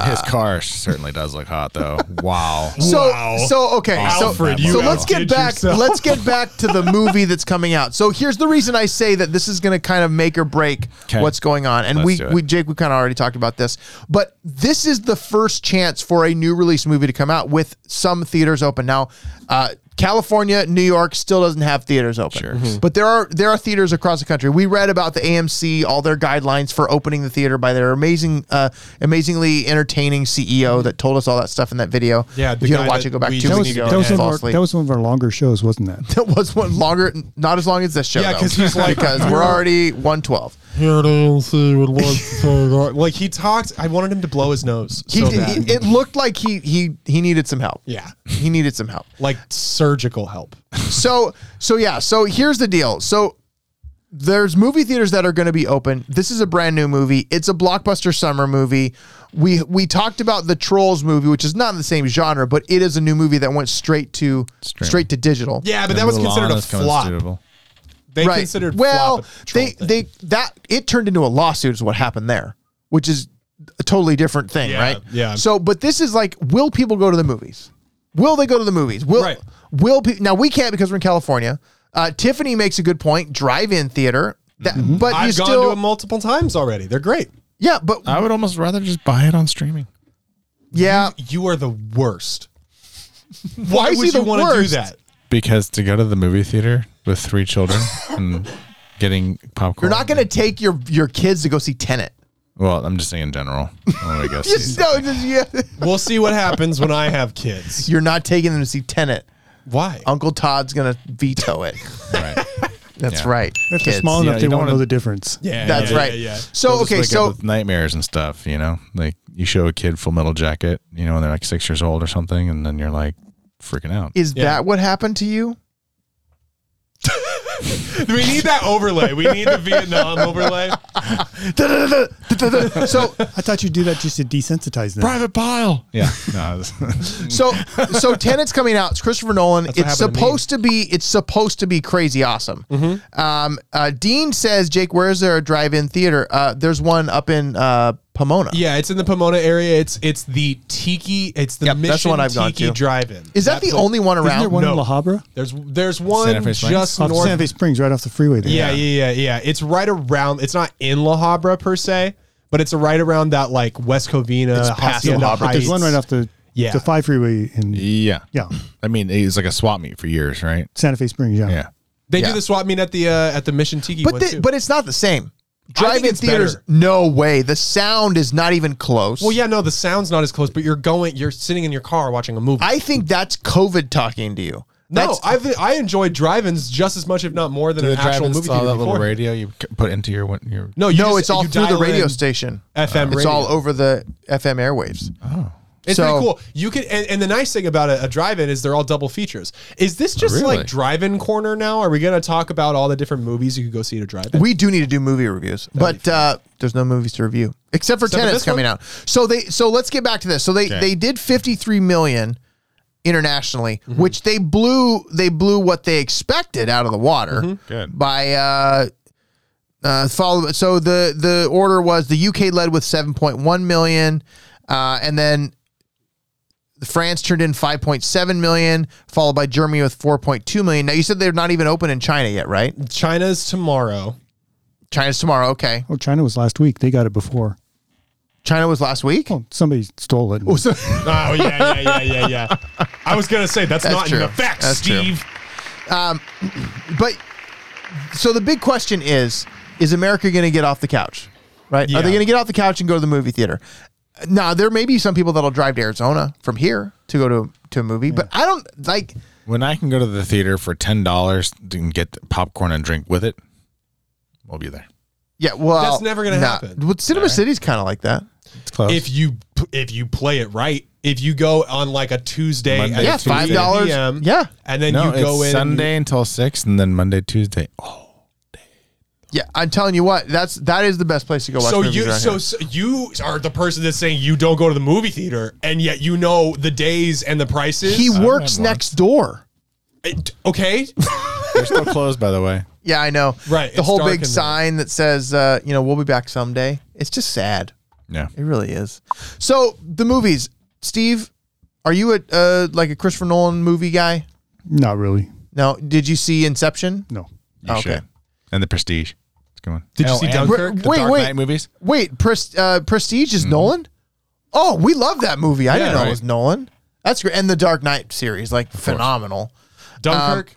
D: His car certainly does look hot, [LAUGHS] though. Wow.
C: Uh, So
B: Wow.
C: so okay.
B: Alfred,
C: so,
B: you
C: so let's get
B: outdid
C: back.
B: yourself.
C: Let's get back to the movie that's coming out. So here's the reason I say that this is going to kind of make or break
D: 'Kay.
C: what's going on. And
D: Let's
C: we
D: do it.
C: we Jake we kind of already talked about this, but this is the first chance for a new release movie to come out with some theaters open now. Uh, California, New York still doesn't have theaters open, Mm-hmm.
D: Mm-hmm.
C: but there are there are theaters across the country. We read about the AMC, all their guidelines for opening the theater by their amazing, uh, amazingly entertaining CEO that told us all that stuff in that video.
B: Yeah,
C: if
B: the
C: you want
B: guy
C: to watch
B: that
C: it, go back
B: we
C: two
B: just
A: That
C: weeks
A: was,
C: ago.
A: that, was
C: and
A: one
C: fall
A: of our,
C: asleep.
A: that was one of our longer shows, wasn't that?
C: That was one [LAUGHS] longer, not as long as this show.
B: Yeah,
C: though,
B: 'cause he's
C: [LAUGHS]
B: like-
C: because
B: [LAUGHS]
C: we're already one twelve. [LAUGHS]
B: like he talked. I wanted him to blow his nose.
C: He,
B: so
C: did-
B: bad.
C: it- it looked like he he he needed some help.
B: yeah,
C: he needed some help.
B: like surgical help.
C: So so yeah, so here's the deal. So there's movie theaters that are going to be open. This is a brand new movie. It's a blockbuster summer movie. We we talked about the Trolls movie, which is not in the same genre, but it is a new movie that went straight to
D: Streaming.
C: straight to digital.
B: Yeah, but that was considered a flop. They considered
C: well,
B: flop a
C: they
B: troll thing.
C: they that it turned into a lawsuit is what happened there, which is a totally different thing,
B: Yeah,
C: right?
B: yeah.
C: So, but this is like, will people go to the movies? Will they go to the movies? Will
B: Right.
C: will pe- now we can't because we're in California. Uh, Tiffany makes a good point. Drive-in theater, that, but you
B: Mm-hmm. I've gone to Uh,
C: still
B: them multiple times already. They're great.
C: yeah, but
D: I would almost rather just buy it on streaming.
C: yeah.
B: You are the worst. Why,
C: is he
B: would
C: the
B: you want to do
C: worst?
B: that?
D: Because to go to the movie theater with
B: [LAUGHS]
D: three children and getting popcorn.
C: You're not going to take your your kids to go see
B: [LAUGHS]
C: Tenet.
D: Well, I'm just saying in general. When we go see
C: Just, no, just, yeah.
B: We'll see what happens when I have kids.
C: You're not taking them to see Tenet.
B: Why?
C: Uncle Todd's going to veto it.
B: [LAUGHS]
D: Right.
C: That's
D: Yeah.
C: right.
A: If they're
C: Kids.
A: small enough,
D: you
A: they
D: don't
A: won't
D: wanna-
A: know the difference.
B: yeah,
C: That's
B: yeah,
C: right.
B: Yeah, yeah.
C: So
D: Just
C: okay,
D: wake
C: so
D: up with nightmares and stuff, you know, like you show a kid Full Metal Jacket, you know, when they're like six years old or something, and then you're like freaking out.
C: Is
B: [LAUGHS] Yeah.
C: that what happened to you?
B: We need that overlay. We need the Vietnam
C: [LAUGHS]
B: overlay.
C: so
A: I thought you'd do that just to desensitize them.
D: Private pile. Yeah. [LAUGHS] No,
C: so so Tenet's coming out. It's Christopher Nolan.
B: what
C: It's
B: happened to me. Mm-hmm.
C: supposed to, be it's supposed to be crazy awesome. Um, uh, Dean says, Jake, where is there a drive-in theater? Uh, there's one up in uh, Pomona.
B: Yeah, it's in the Pomona area. It's it's the Tiki. It's the
C: Yep, that's
B: Mission
C: the one I've gone
B: Tiki
C: to.
B: Drive-In.
C: Is that the
B: That's what-
C: only one
A: Isn't there
C: around?
A: one
B: No.
A: in La Habra?
B: There's there's one
D: Santa Fe Springs?
B: just
C: Oh,
A: Off
B: north.
A: Santa Fe Springs, right off the freeway there.
B: yeah, yeah, yeah, yeah. It's right around. It's not in La Habra per se, but it's right around that like West Covina.
C: It's past La
B: Hacienda
C: Habra.
A: But there's one right off the
B: Yeah.
A: the five freeway in
D: [LAUGHS] yeah.
A: yeah
D: I mean, it was like a swap meet for years, right?
A: Santa Fe Springs. Yeah.
D: Yeah.
B: They
C: Yeah.
B: do the swap meet at the uh, at the Mission Tiki.
C: But
B: one,
C: the,
B: too.
C: but it's not the same. Drive-in
B: it's
C: theaters,
B: better.
C: no way. The sound is not even close.
B: well, yeah, no, the sound's not as close. But you're going. You're sitting in your car watching a movie.
C: I think that's COVID talking to you.
B: no,
C: That's-
B: I've I enjoy drive-ins just as much, if not more, than an actual movie
D: saw
B: theater.
D: that little
B: before.
D: radio you c- put into your win- your.
B: No, you
C: no,
B: just-
C: it's all
B: you
C: through the
B: dial
C: radio
B: in
C: station.
B: FM.
C: It's
B: radio. Oh.
C: all over the FM airwaves.
B: It's
C: So-
B: pretty cool. You can, and, and the nice thing about a, a drive-in is they're all double features. Is this just
D: Really?
B: like drive-in corner now? Are we going to talk about all the different movies you could go see at a drive-in?
C: We do need to do movie reviews, but uh, there's no movies to review except for
B: Except for
C: Tenet's
B: this one?
C: coming out. So they so let's get back to this. So they they did 53 million internationally, which they blew they blew what they expected out of the water
D: Good.
C: by uh uh follow so the the order was the UK led with 7.1 million uh and then France turned in 5.7 million, followed by Germany with 4.2 million. Now you said they're not even open in China yet, right?
B: China's tomorrow.
C: China's tomorrow. Okay.
A: Oh, China was last week. They got it before.
C: China was last week.
A: Oh, somebody stole it.
B: oh yeah, yeah, yeah, yeah, yeah. I was going to say that's,
C: That's
B: not
C: true.
B: in effect,
C: That's true.
B: Steve.
C: But so the big question is: Is America going to get off the couch? Right? Are
B: Yeah.
C: they going to get off the couch and go to the movie theater? Now there may be some people that'll drive to Arizona from here to go to to a movie, but I don't like.
D: When I can go to the theater for ten dollars and get the popcorn and drink with it, we'll be there.
C: Yeah, well,
B: That's never gonna
C: nah.
B: happen.
C: Well, Cinema City's kind of like that.
D: It's close.
B: If you if you play it right, if you go on like a Tuesday,
D: Monday,
B: at
D: Yeah,
B: 2
C: $5.
B: PM,
C: Yeah.
B: and then
D: no,
B: you go
D: it's
B: in and you-
D: Sunday until six, and then Monday, Tuesday. Oh,
C: Yeah, I'm telling you what, that's that is the best place to go watch.
B: so
C: movies
B: you
C: around
B: so,
C: here.
B: so you are the person that's saying you don't go to the movie theater and yet you know the days and the prices
C: he works
D: I went once.
C: next door.
B: It- okay
D: they're still closed, by the way.
C: Yeah, I know.
B: Right,
C: the
B: it's
C: whole
B: dark
C: big
B: in there.
C: sign that says, uh, you know, we'll be back someday. It's just sad.
D: Yeah.
C: It really is. So the movies, Steve, are you a uh, like a Christopher Nolan movie guy?
A: Not really.
C: No. Did you see Inception?
A: No.
D: You
C: Okay.
D: should. And the Prestige. It's going.
B: Did you see
D: and
B: Dunkirk?
D: The
C: Wait,
D: Dark
C: wait.
D: Knight movies?
C: Wait, Pres- uh, Prestige is Nolan. Oh, we love that movie. I didn't
B: Mm-hmm. Yeah,
C: know
B: right.
C: it was Nolan. That's great. And the Dark Knight series, like phenomenal. Um,
B: dunkirk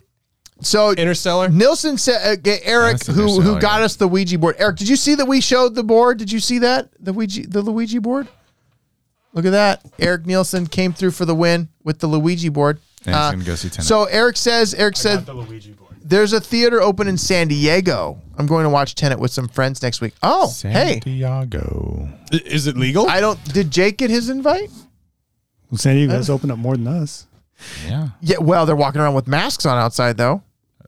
C: So
B: interstellar
C: Nilsson said, uh, Eric,
D: That's
C: who who
D: Interstellar,
C: got
D: yeah.
C: us the Ouija board. Eric, did you see that we showed the board? Did you see that the Ouija the Luigi board? Look at that. Eric Nielsen came through for the win with the Luigi board. Uh,
D: And he's gonna go see Tenet.
C: So Eric says, Eric said,
B: the luigi board
C: there's a theater open in San Diego. I'm going to watch Tenet with some friends next week. Oh, hey,
D: Santiago.
B: is it legal
C: I don't. Did Jake get his invite?
A: Well, San
C: Uh,
A: Diego has opened up more than us.
D: Yeah.
C: Yeah. Well, they're walking around with masks on outside though.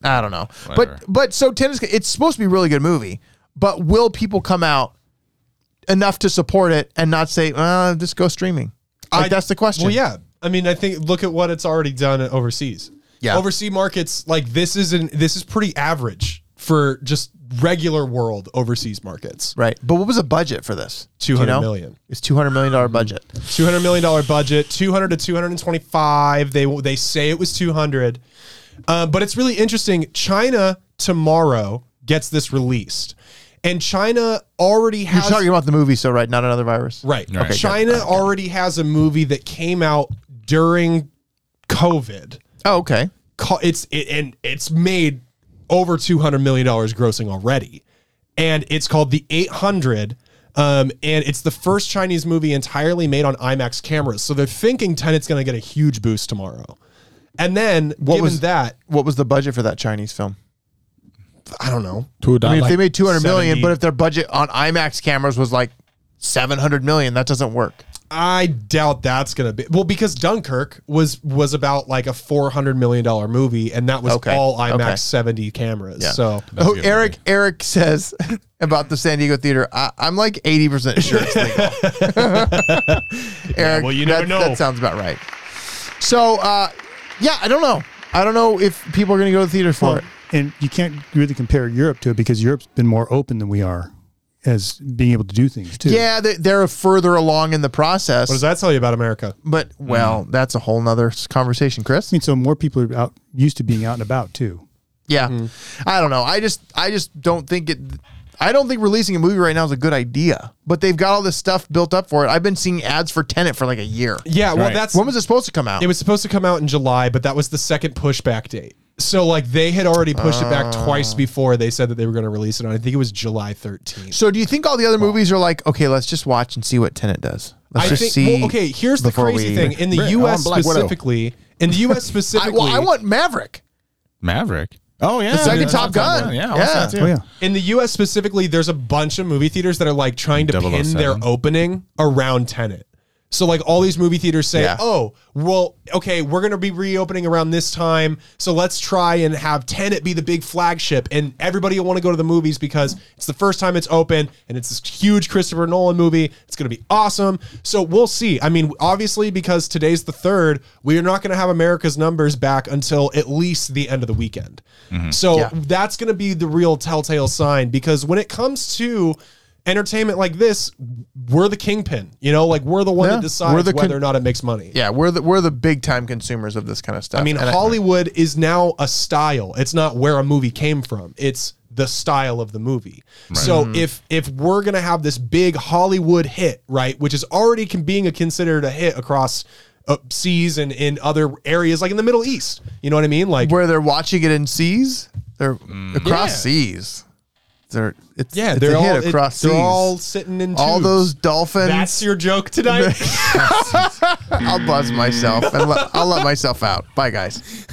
C: I don't know,
D: Whatever.
C: but but so tennis. It's supposed to be a really good movie, but will people come out enough to support it and not say, uh, just go streaming? Like
B: I-
C: that's the question.
B: well yeah i mean i think look at what it's already done overseas
C: Yeah.
B: overseas markets like this isn't this is pretty average for just regular world overseas markets
C: Right. But what was the budget for this? Do you
B: 200
C: know?
B: million. Mm-hmm.
C: It's two hundred million dollar budget.
B: 200 million dollar budget 200 to 225 they they say it was 200 uh, but it's really interesting china tomorrow gets this released and china already
C: You're
B: has
C: talking about the movie, so right, not another virus.
B: right
D: Okay, good.
B: china already has a movie that came out during covid
C: Oh, okay.
B: co- it's it, and it's made over 200 million dollars grossing already and it's called the 800 um, and it's the first chinese movie entirely made on imax cameras so they're thinking tenet's going to get a huge boost tomorrow and then given
C: was-
B: that
C: What was the budget for that Chinese film?
B: i don't know
C: I
D: Two
C: mean, if
D: dollars.
C: they made two hundred million,
B: 70.
C: but if their budget on IMAX cameras was like seven hundred million, that doesn't work.
B: I doubt that's gonna be well because Dunkirk was was about like a four hundred million dollar movie, and that was
C: Okay.
B: all IMAX
C: Okay.
B: seventy cameras.
C: Yeah.
B: So
D: That's
C: oh,
D: the other
C: Eric. Eric says [LAUGHS] about the San Diego theater. I, I'm like 80 percent sure it's legal.
K: [LAUGHS]
C: [LAUGHS] Eric,
K: well, you
C: that-
K: never know.
C: That sounds about right. So, uh, yeah, I don't know. I don't know if people are going to go to the theater for
A: Well,
C: it.
A: and you can't really compare Europe to it because Europe's been more open than we are as being able to do things too.
C: Yeah, they, they're further along in the process.
B: what does that tell you about America?
C: But well,
K: Mm-hmm.
C: that's a whole nother s- conversation, Chris.
A: I mean, so more people are out used to being out and about too.
C: Yeah,
K: Mm-hmm.
C: I don't know. I just, I just don't think it. I don't think releasing a movie right now is a good idea. But they've got all this stuff built up for it. I've been seeing ads for Tenant for like a year.
B: Yeah, well
D: Right.
B: that's
C: When was it supposed to come out?
B: it was supposed to come out in July, but that was the second pushback date. So like they had already pushed it
C: Ah.
B: back twice before they said that they were going to release it on. I think it was July thirteenth.
C: So do you think all the other movies are like, okay, let's just watch and see what Tenet does? Let's
B: I
C: just
B: think.
C: see.
B: Well, okay, here's the
C: before
B: crazy
C: we-
B: thing in the
D: Brent, I
B: U.S.
D: want Black Widow.
B: specifically. In the
C: [LAUGHS]
B: U.S.
C: I,
B: specifically,
C: well, I want Maverick,
D: Maverick. Oh yeah,
C: the second
D: yeah,
C: Top Gun.
D: Yeah, I watched that too.
A: Oh yeah.
B: In the U.S. specifically, there's a bunch of movie theaters that are like trying
C: oh
B: to pin
D: 007.
B: their opening around Tenant. So like all these movie theaters say,
C: Yeah.
B: "Oh, well, okay, we're going to be reopening around this time, so let's try and have Tenant be the big flagship, and everybody will want to go to the movies because it's the first time it's open, and it's this huge Christopher Nolan movie. It's going to be awesome. So we'll see. I mean, obviously, because today's the third, we are not going to have America's numbers back until at least the end of the weekend. So
C: Mm-hmm. Yeah.
B: that's going to be the real telltale sign because when it comes to entertainment like this, we're the kingpin. You know, like we're the one
C: Yeah.
B: that decides
C: We're the con-
B: whether or not it makes money.
C: Yeah, we're the we're the big time consumers of this kind of stuff.
B: I mean,
C: And
B: Hollywood is now a style. It's not where a movie came from. It's the style of the movie. So if if we're gonna have this big Hollywood hit, right, which is already can, being a, considered a hit across uh, seas and in other areas, like in the Middle East, you know what I mean? Like
C: where they're watching it in seas, they're across
B: Mm. Yeah.
C: seas. They're it's
B: yeah,
C: it's
B: they're
C: a
B: all
C: hit
B: it-
C: across seas.
B: they're all sitting in
C: All
B: tubes.
C: those dolphins.
B: That's [LAUGHS] your joke tonight.
C: [LAUGHS] I'll buzz myself and let, I'll let myself out. Bye guys.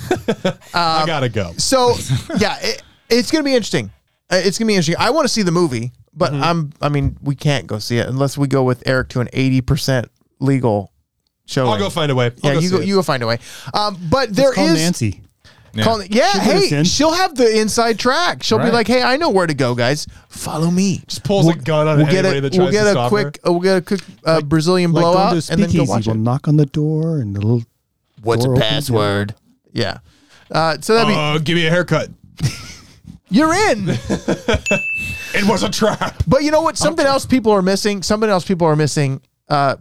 B: I
C: [LAUGHS]
B: gotta go.
C: So yeah, it, it's gonna be interesting. Uh, It's gonna be interesting. I want to see the movie, but I'm. I mean, we can't go see it unless we go with Eric to an eighty percent legal showing.
B: I'll go find a way.
C: Yeah,
B: I'll
C: you
B: see
C: go.
B: it.
C: You go find a way. Um, but there
A: Call
C: is-
A: Nancy.
D: Yeah.
C: Call- yeah,
A: She'll get us
C: hey,
A: in.
C: she'll have the inside track. She'll be
D: Right.
C: like, "Hey, I know where to go, guys. Follow me." Just
B: pulls a gun on anybody that
C: we'll
B: tries
C: get
B: to
C: a
B: stop
C: quick. uh, we'll get a quick uh, Brazilian
A: Like going
C: blowout
A: to a
C: and then
A: speakeasy,
C: go watch
A: we'll
C: it.
A: knock on the door and the little
C: What's
A: a door opens, yeah. password?
C: Yeah. Uh, so that'd be
B: Uh, give me a haircut.
C: you're
B: [LAUGHS]
C: in.
B: It was a trap.
C: But you know what? Something else people are missing. Something else people are missing. Uh,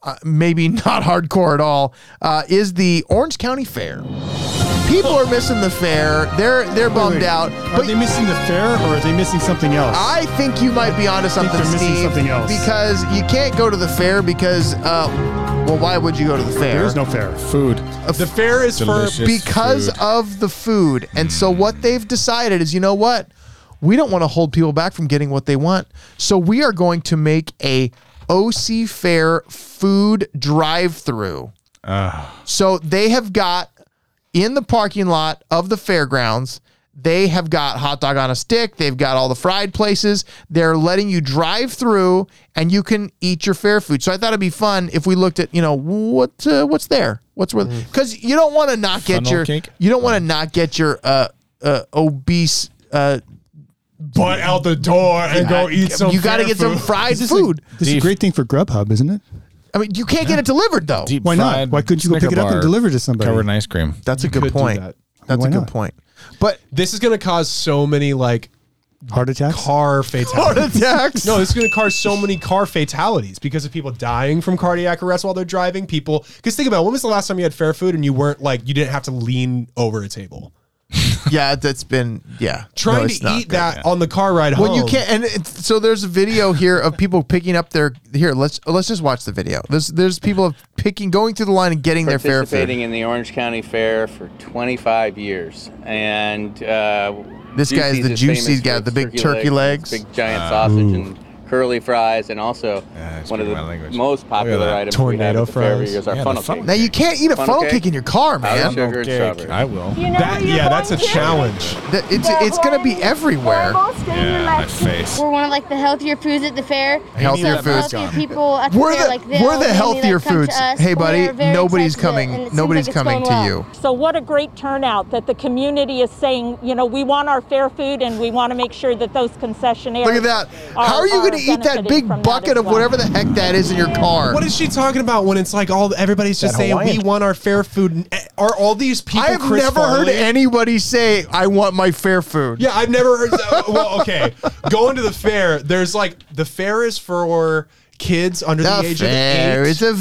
C: uh, maybe [LAUGHS] not hardcore at all. Uh, is the Orange County Fair? People are missing the fair. They're they're bummed out.
A: Are
C: But
A: they missing the fair or are they missing something else?
C: I think you might be onto something,
A: they're missing
C: Steve.
A: something else.
C: Because you can't go to the fair because, uh, well, why would you go to the fair?
A: there is no fair.
D: Food.
B: The fair is
D: Delicious.
B: for
C: because
D: food. Mm.
C: of the food. And so what they've decided is, you know what? We don't want to hold people back from getting what they want. So we are going to make a OC Fair food drive-through. So they have got in the parking lot of the fairgrounds, they have got hot dog on a stick, they've got all the fried places. They're letting you drive through and you can eat your fair food. So I thought it'd be fun if we looked at, you know, what uh, what's there? What's worth cuz you don't want to not get
D: Funnel
C: your
D: cake?
C: you don't want to not get your uh, uh obese uh
B: butt out the door and go eat some.
C: you got to
B: fair
C: get some
B: food.
C: fried food.
A: This is a great thing for Grubhub, isn't it?
C: I mean, you can't get it delivered though.
D: Deep
A: Why not?
D: fried
A: Why couldn't you go pick it up
D: Snicker
A: and
D: bar
A: deliver to somebody?
D: Covered in ice cream.
C: That's a good
B: could do
C: point.
B: that.
C: That's
A: Why
C: a good
A: not?
C: point. But
B: This is going to cause so many like
A: Heart attacks?
B: car fatalities.
C: attacks.
B: No, this is going to cause so many car fatalities because of people dying from cardiac arrest while they're driving. People, because think about it, when was the last time you had fair food and you weren't like you didn't have to lean over a table
C: yeah, that's been yeah.
B: trying
C: No,
B: to
C: it's
B: eat
C: not good.
B: that on the car ride home.
C: Well, you can't, and it's, so there's a video here of people picking up their. Here, let's let's just watch the video. There's there's people of picking, going through the line and getting their fair
L: participating
C: food.
L: in the Orange County Fair for 25 years, and uh,
C: This guy
L: Juicy's
C: is the
L: is famous
C: Juicy's guy,
L: for
C: the big
L: its
C: turkey legs.
L: its big giant sausage, and curly fries, and also
D: Ah,
L: one of the most popular items we have
B: Tornado
L: at the fair every
B: fries.
L: year is our
B: Yeah, the
L: funnel
B: funnel
L: cake.
C: Now you can't eat a funnel,
L: Funnel
C: cake.
L: cake?
C: in your car, man.
L: Powdered sugar and strawberry.
D: I will.
B: You know That- you're yeah, that's a going to. challenge.
C: That- it's it's gonna be everywhere.
D: Yeah, my face.
K: We're one of like the healthier foods at the fair.
C: Healthier
K: so
C: foods.
K: Healthier people at the
C: We're
K: fair,
C: the-
K: like
C: we're
K: they'll
C: the
K: mainly, like,
C: healthier
K: come to
C: foods.
K: us.
C: Hey,
K: We
C: buddy,
K: are very
C: nobody's
K: excited
C: coming-
K: and it seems
C: nobody's
K: like it's
C: coming
K: going
C: to
K: well.
C: you.
M: So what a great turnout that the community is saying, you know, we want our fair food and we want to make sure that those concessionaires.
C: Look at that. How are you going to eat that big bucket of whatever the heck that is in your car?
B: What is she talking about when it's like all everybody's just
C: That
B: saying
C: Hawaiian.
B: we want our fair food? and, eh, Are all these people?
C: I have
B: Chris
C: never heard
B: Farley?
C: anybody say, "I want my fair food."
B: Yeah, I've never heard. well, okay, going to the fair. There's like the fair is for kids under the,
C: the
B: age
C: fair
B: of eight.
C: is a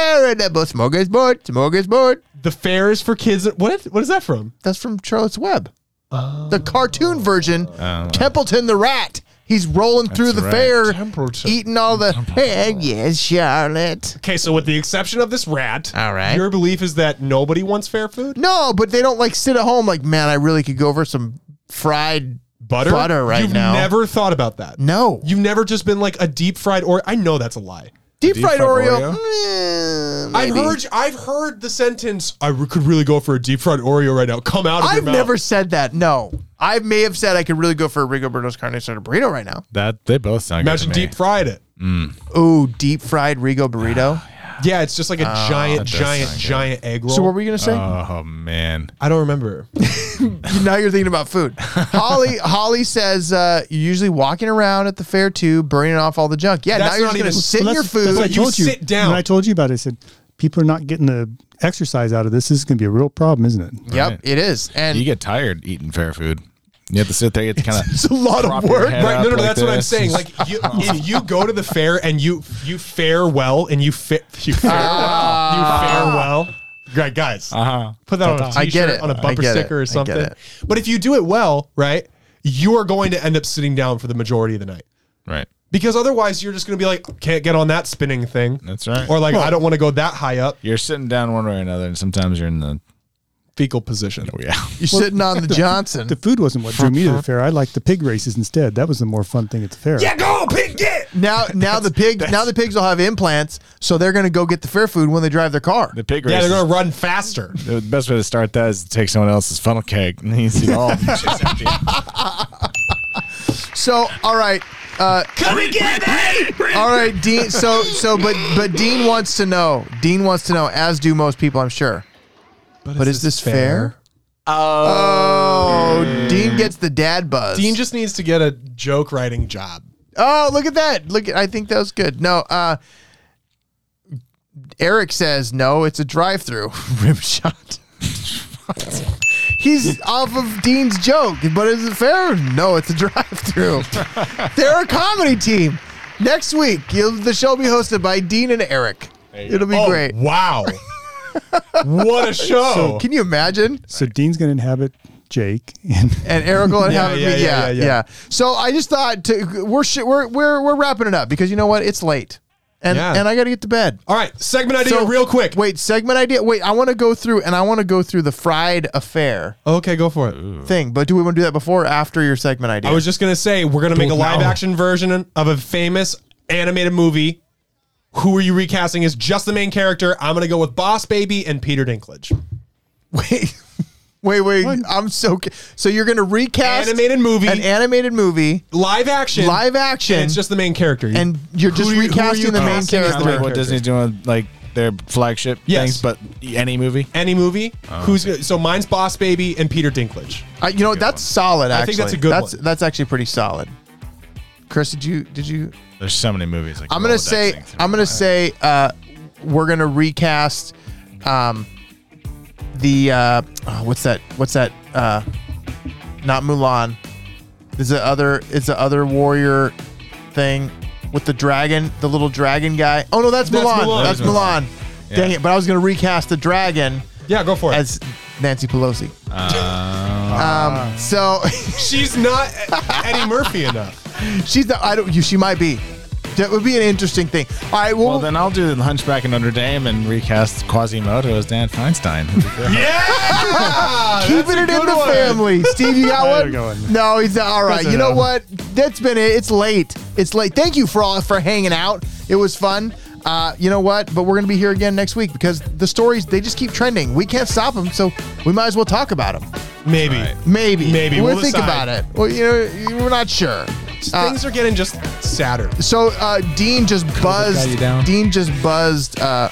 C: veritable smorgasbord. Smorgasbord.
B: The fair is for kids. What? What is that from?
C: That's from Charlotte's Web.
B: Oh.
C: The cartoon version, Templeton the Rat. He's rolling through the
B: right.
C: fair,
B: Templeton.
C: eating all the. Hey, yes, Charlotte.
B: okay, so with the exception of this rat,
C: all right.
B: Your belief is that nobody wants fair food.
C: No, but they don't like sit at home like, man, I really could go for some fried
B: Butter,
C: butter right
B: You've
C: now.
B: Never thought about that.
C: No.
B: You've never just been like a deep fried or. I know that's a lie.
C: deep, fried,
D: fried
C: Oreo.
D: Oreo?
C: mm,
B: I've
C: maybe.
B: heard. I've heard the sentence. I re- could really go for a deep fried Oreo right now. Come out of your
C: I've
B: mouth.
C: never said that. No, I may have said I could really go for a Rigoberto's carne asada burrito right now.
D: That they both sound
B: Imagine
D: good to me.
B: deep fried it.
C: Ooh, deep fried Rigo burrito.
B: Yeah, it's just like
C: Ah,
B: a giant,
D: that does
B: giant,
D: sound good.
B: giant egg roll.
C: So what were you gonna say?
D: Oh man,
B: I don't remember.
C: [LAUGHS] now you're thinking about food. Holly, Holly says uh, you're usually walking around at the fair too, burning off all the junk. Yeah,
B: That's
C: now you're
B: not
C: just gonna
B: even-
C: sit in
A: Well,
C: your
A: that's- that's
C: food.
A: what I
B: You
A: told you
B: sit down.
A: When I told you about it, I said people are not getting the exercise out of this. This is going to be a real problem, isn't it?
C: Yep,
D: Right.
C: it is. And
D: you get tired eating fair food. You have to sit there. You have to kind of.
C: it's a lot of
D: prop your
C: work.
D: head
B: right? No, no,
D: up like
B: that's what I'm
D: this.
B: saying. Like, you, if you go to the fair and you you fare well and you fit you fare well, you fare well. Right, guys,
D: Uh-huh.
B: put that on a
C: Ah. I
B: t-shirt,
C: get it.
B: on a
C: I
B: bumper
C: get it.
B: sticker
C: I
B: or
C: get
B: something.
C: it.
B: But if you do it well, right, you are going to end up sitting down for the majority of the night.
D: Right.
B: Because otherwise, you're just going to be like, can't get on that spinning thing,
D: That's right.
B: or like, I don't want to go that high up,
D: You're sitting down one way or another, and sometimes you're in the.
B: fecal position.
D: Oh yeah.
C: You're sitting on the Johnson.
A: The food wasn't what drew me to the fair. I liked the pig races instead. That was the more fun thing at the fair.
B: Yeah, go pig, get.
C: Now, now the pig, now the pigs will have implants, so they're gonna go get the fair food when they drive their car.
D: The pig
B: Yeah,
D: race.
B: they're
D: is-
B: going to run faster.
D: the best way to start that is to take someone else's funnel cake [LAUGHS] and you see all. of them. It's empty.
C: So, all right, uh,
B: Come and get me!
C: all right, Dean. So, so, but, but Dean wants to know. Dean wants to know, as do most people, I'm sure. But is this fair? Oh, Dean gets the dad buzz.
B: Dean just needs to get a joke writing job.
C: Oh, look at that. Look at I think that was good. No, uh Eric says no, it's a drive [LAUGHS] through rib shot. [LAUGHS] He's off of Dean's joke, but is it fair? No, it's a drive
B: [LAUGHS]
C: through. They're a comedy team. Next week, you'll, the show will be hosted by Dean and Eric. It'll be
B: Oh,
C: great. [LAUGHS]
B: Wow. what a show.
C: Can you imagine?
A: So Dean's going to inhabit Jake, and [LAUGHS]
C: and Eric will
B: Yeah,
C: have it
B: yeah,
C: be, yeah,
B: yeah,
C: yeah,
B: yeah, yeah.
C: So I just thought to, we're sh- we're we're we're wrapping it up because you know what? It's late, and
B: Yeah.
C: and I got to get to bed.
B: All right, segment idea
C: So-
B: real quick.
C: Wait, segment idea. Wait, I want to go through and I want to go through the fried affair
B: Okay, go for it.
C: thing. But do we want to do that before or after your segment idea?
B: I was just going to say we're going to make a
D: Don't know.
B: live action version of a famous animated movie. Who are you recasting as just the main character? I'm going to go with Boss Baby and Peter Dinklage.
C: [LAUGHS] wait, wait, wait. I'm so ca- so you're gonna recast
B: Animated movie.
C: an animated movie,
B: Live action.
C: live action,
B: And it's just the main character. You-
C: and you're just
B: Who are you- who are
C: recasting
B: you
C: the main
B: casting as the
C: character.
D: Kinda like what Disney's doing with like their flagship
B: Yes.
D: things, but any movie.
B: any movie. Who's gonna- so mine's Boss Baby and Peter Dinklage.
C: I, you know that's solid. Actually,
B: I think that's a good
C: That's
B: one.
C: that's actually pretty solid. Chris, did you did you?
D: There's so many movies. Like
C: I'm gonna
D: Rolodex
C: say
D: thing through
C: I'm
D: my
C: gonna
D: head.
C: say uh, we're gonna recast um, the uh, oh, what's that what's that uh, not Mulan? Is the other it's the other warrior thing with the dragon, the little dragon guy? Oh no, that's
B: That's
C: Mulan.
B: Mulan.
C: That's
D: That is
C: Mulan.
D: Mulan.
C: Dang
D: Yeah.
C: it! But I was gonna recast the dragon
B: Yeah, go for it.
C: as Nancy Pelosi.
D: Uh.
C: um, so. [LAUGHS]
B: She's not Eddie Murphy enough.
C: She's the I don't you she might be. That would be an interesting thing. All right, well,
D: Well, then I'll do the Hunchback of Notre Dame and recast Quasimodo as Dan Feinstein.
B: yeah,
C: keeping it in the family. Steve, you got one? No, he's not. all right.
D: That's
C: You know
D: enough.
C: what? That's been it. It's late. It's late. Thank you for all for hanging out. It was fun. Uh, you know what? But we're gonna be here again next week because the stories they just keep trending. We can't stop them, so we might as well talk about them.
B: Maybe.
C: Maybe.
B: Maybe.
C: We'll,
B: We'll
C: think
B: decide.
C: about it. Well, you know, we're not sure. Uh,
B: Things are getting just sadder.
C: so uh, Dean just buzzed. Dean just buzzed uh,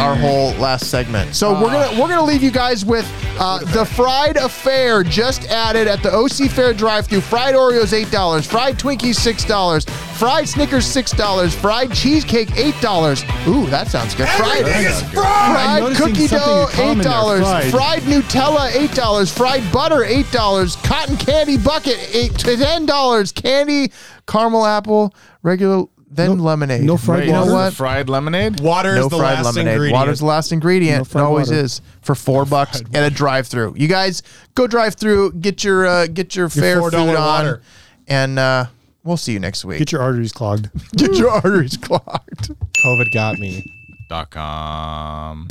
C: our whole last segment. So we're
A: Ah.
C: gonna we're gonna leave you guys with uh, the fried affair just added at the OC Fair drive-through. Fried Oreos eight dollars, fried Twinkies six dollars, fried Snickers six dollars, fried cheesecake eight dollars. Ooh, that sounds good. Fried
B: Everything is fried!
A: I'm
C: fried
A: noticing
C: cookie
A: something
C: dough
A: in
C: eight
A: common there,
C: dollars,
A: fried.
C: fried Nutella eight dollars, fried butter eight dollars, cotton candy bucket eight to ten dollars, candy caramel apple regular then lemonade.
A: no fried
C: Right, you know
A: water?
C: what?
D: Fried lemonade?
B: Water is
C: no
B: the
C: fried
B: last
C: lemonade.
B: ingredient.
C: Water's the last ingredient.
A: No
C: it
A: fried
C: always
A: water.
C: is for four bucks at a drive-through. You guys go drive-through, get your uh, get your fair food
B: $4
C: on,
B: water.
C: and uh, we'll see you next week.
A: Get your arteries clogged.
C: Get your arteries clogged.
B: COVID got me.
D: Dot com.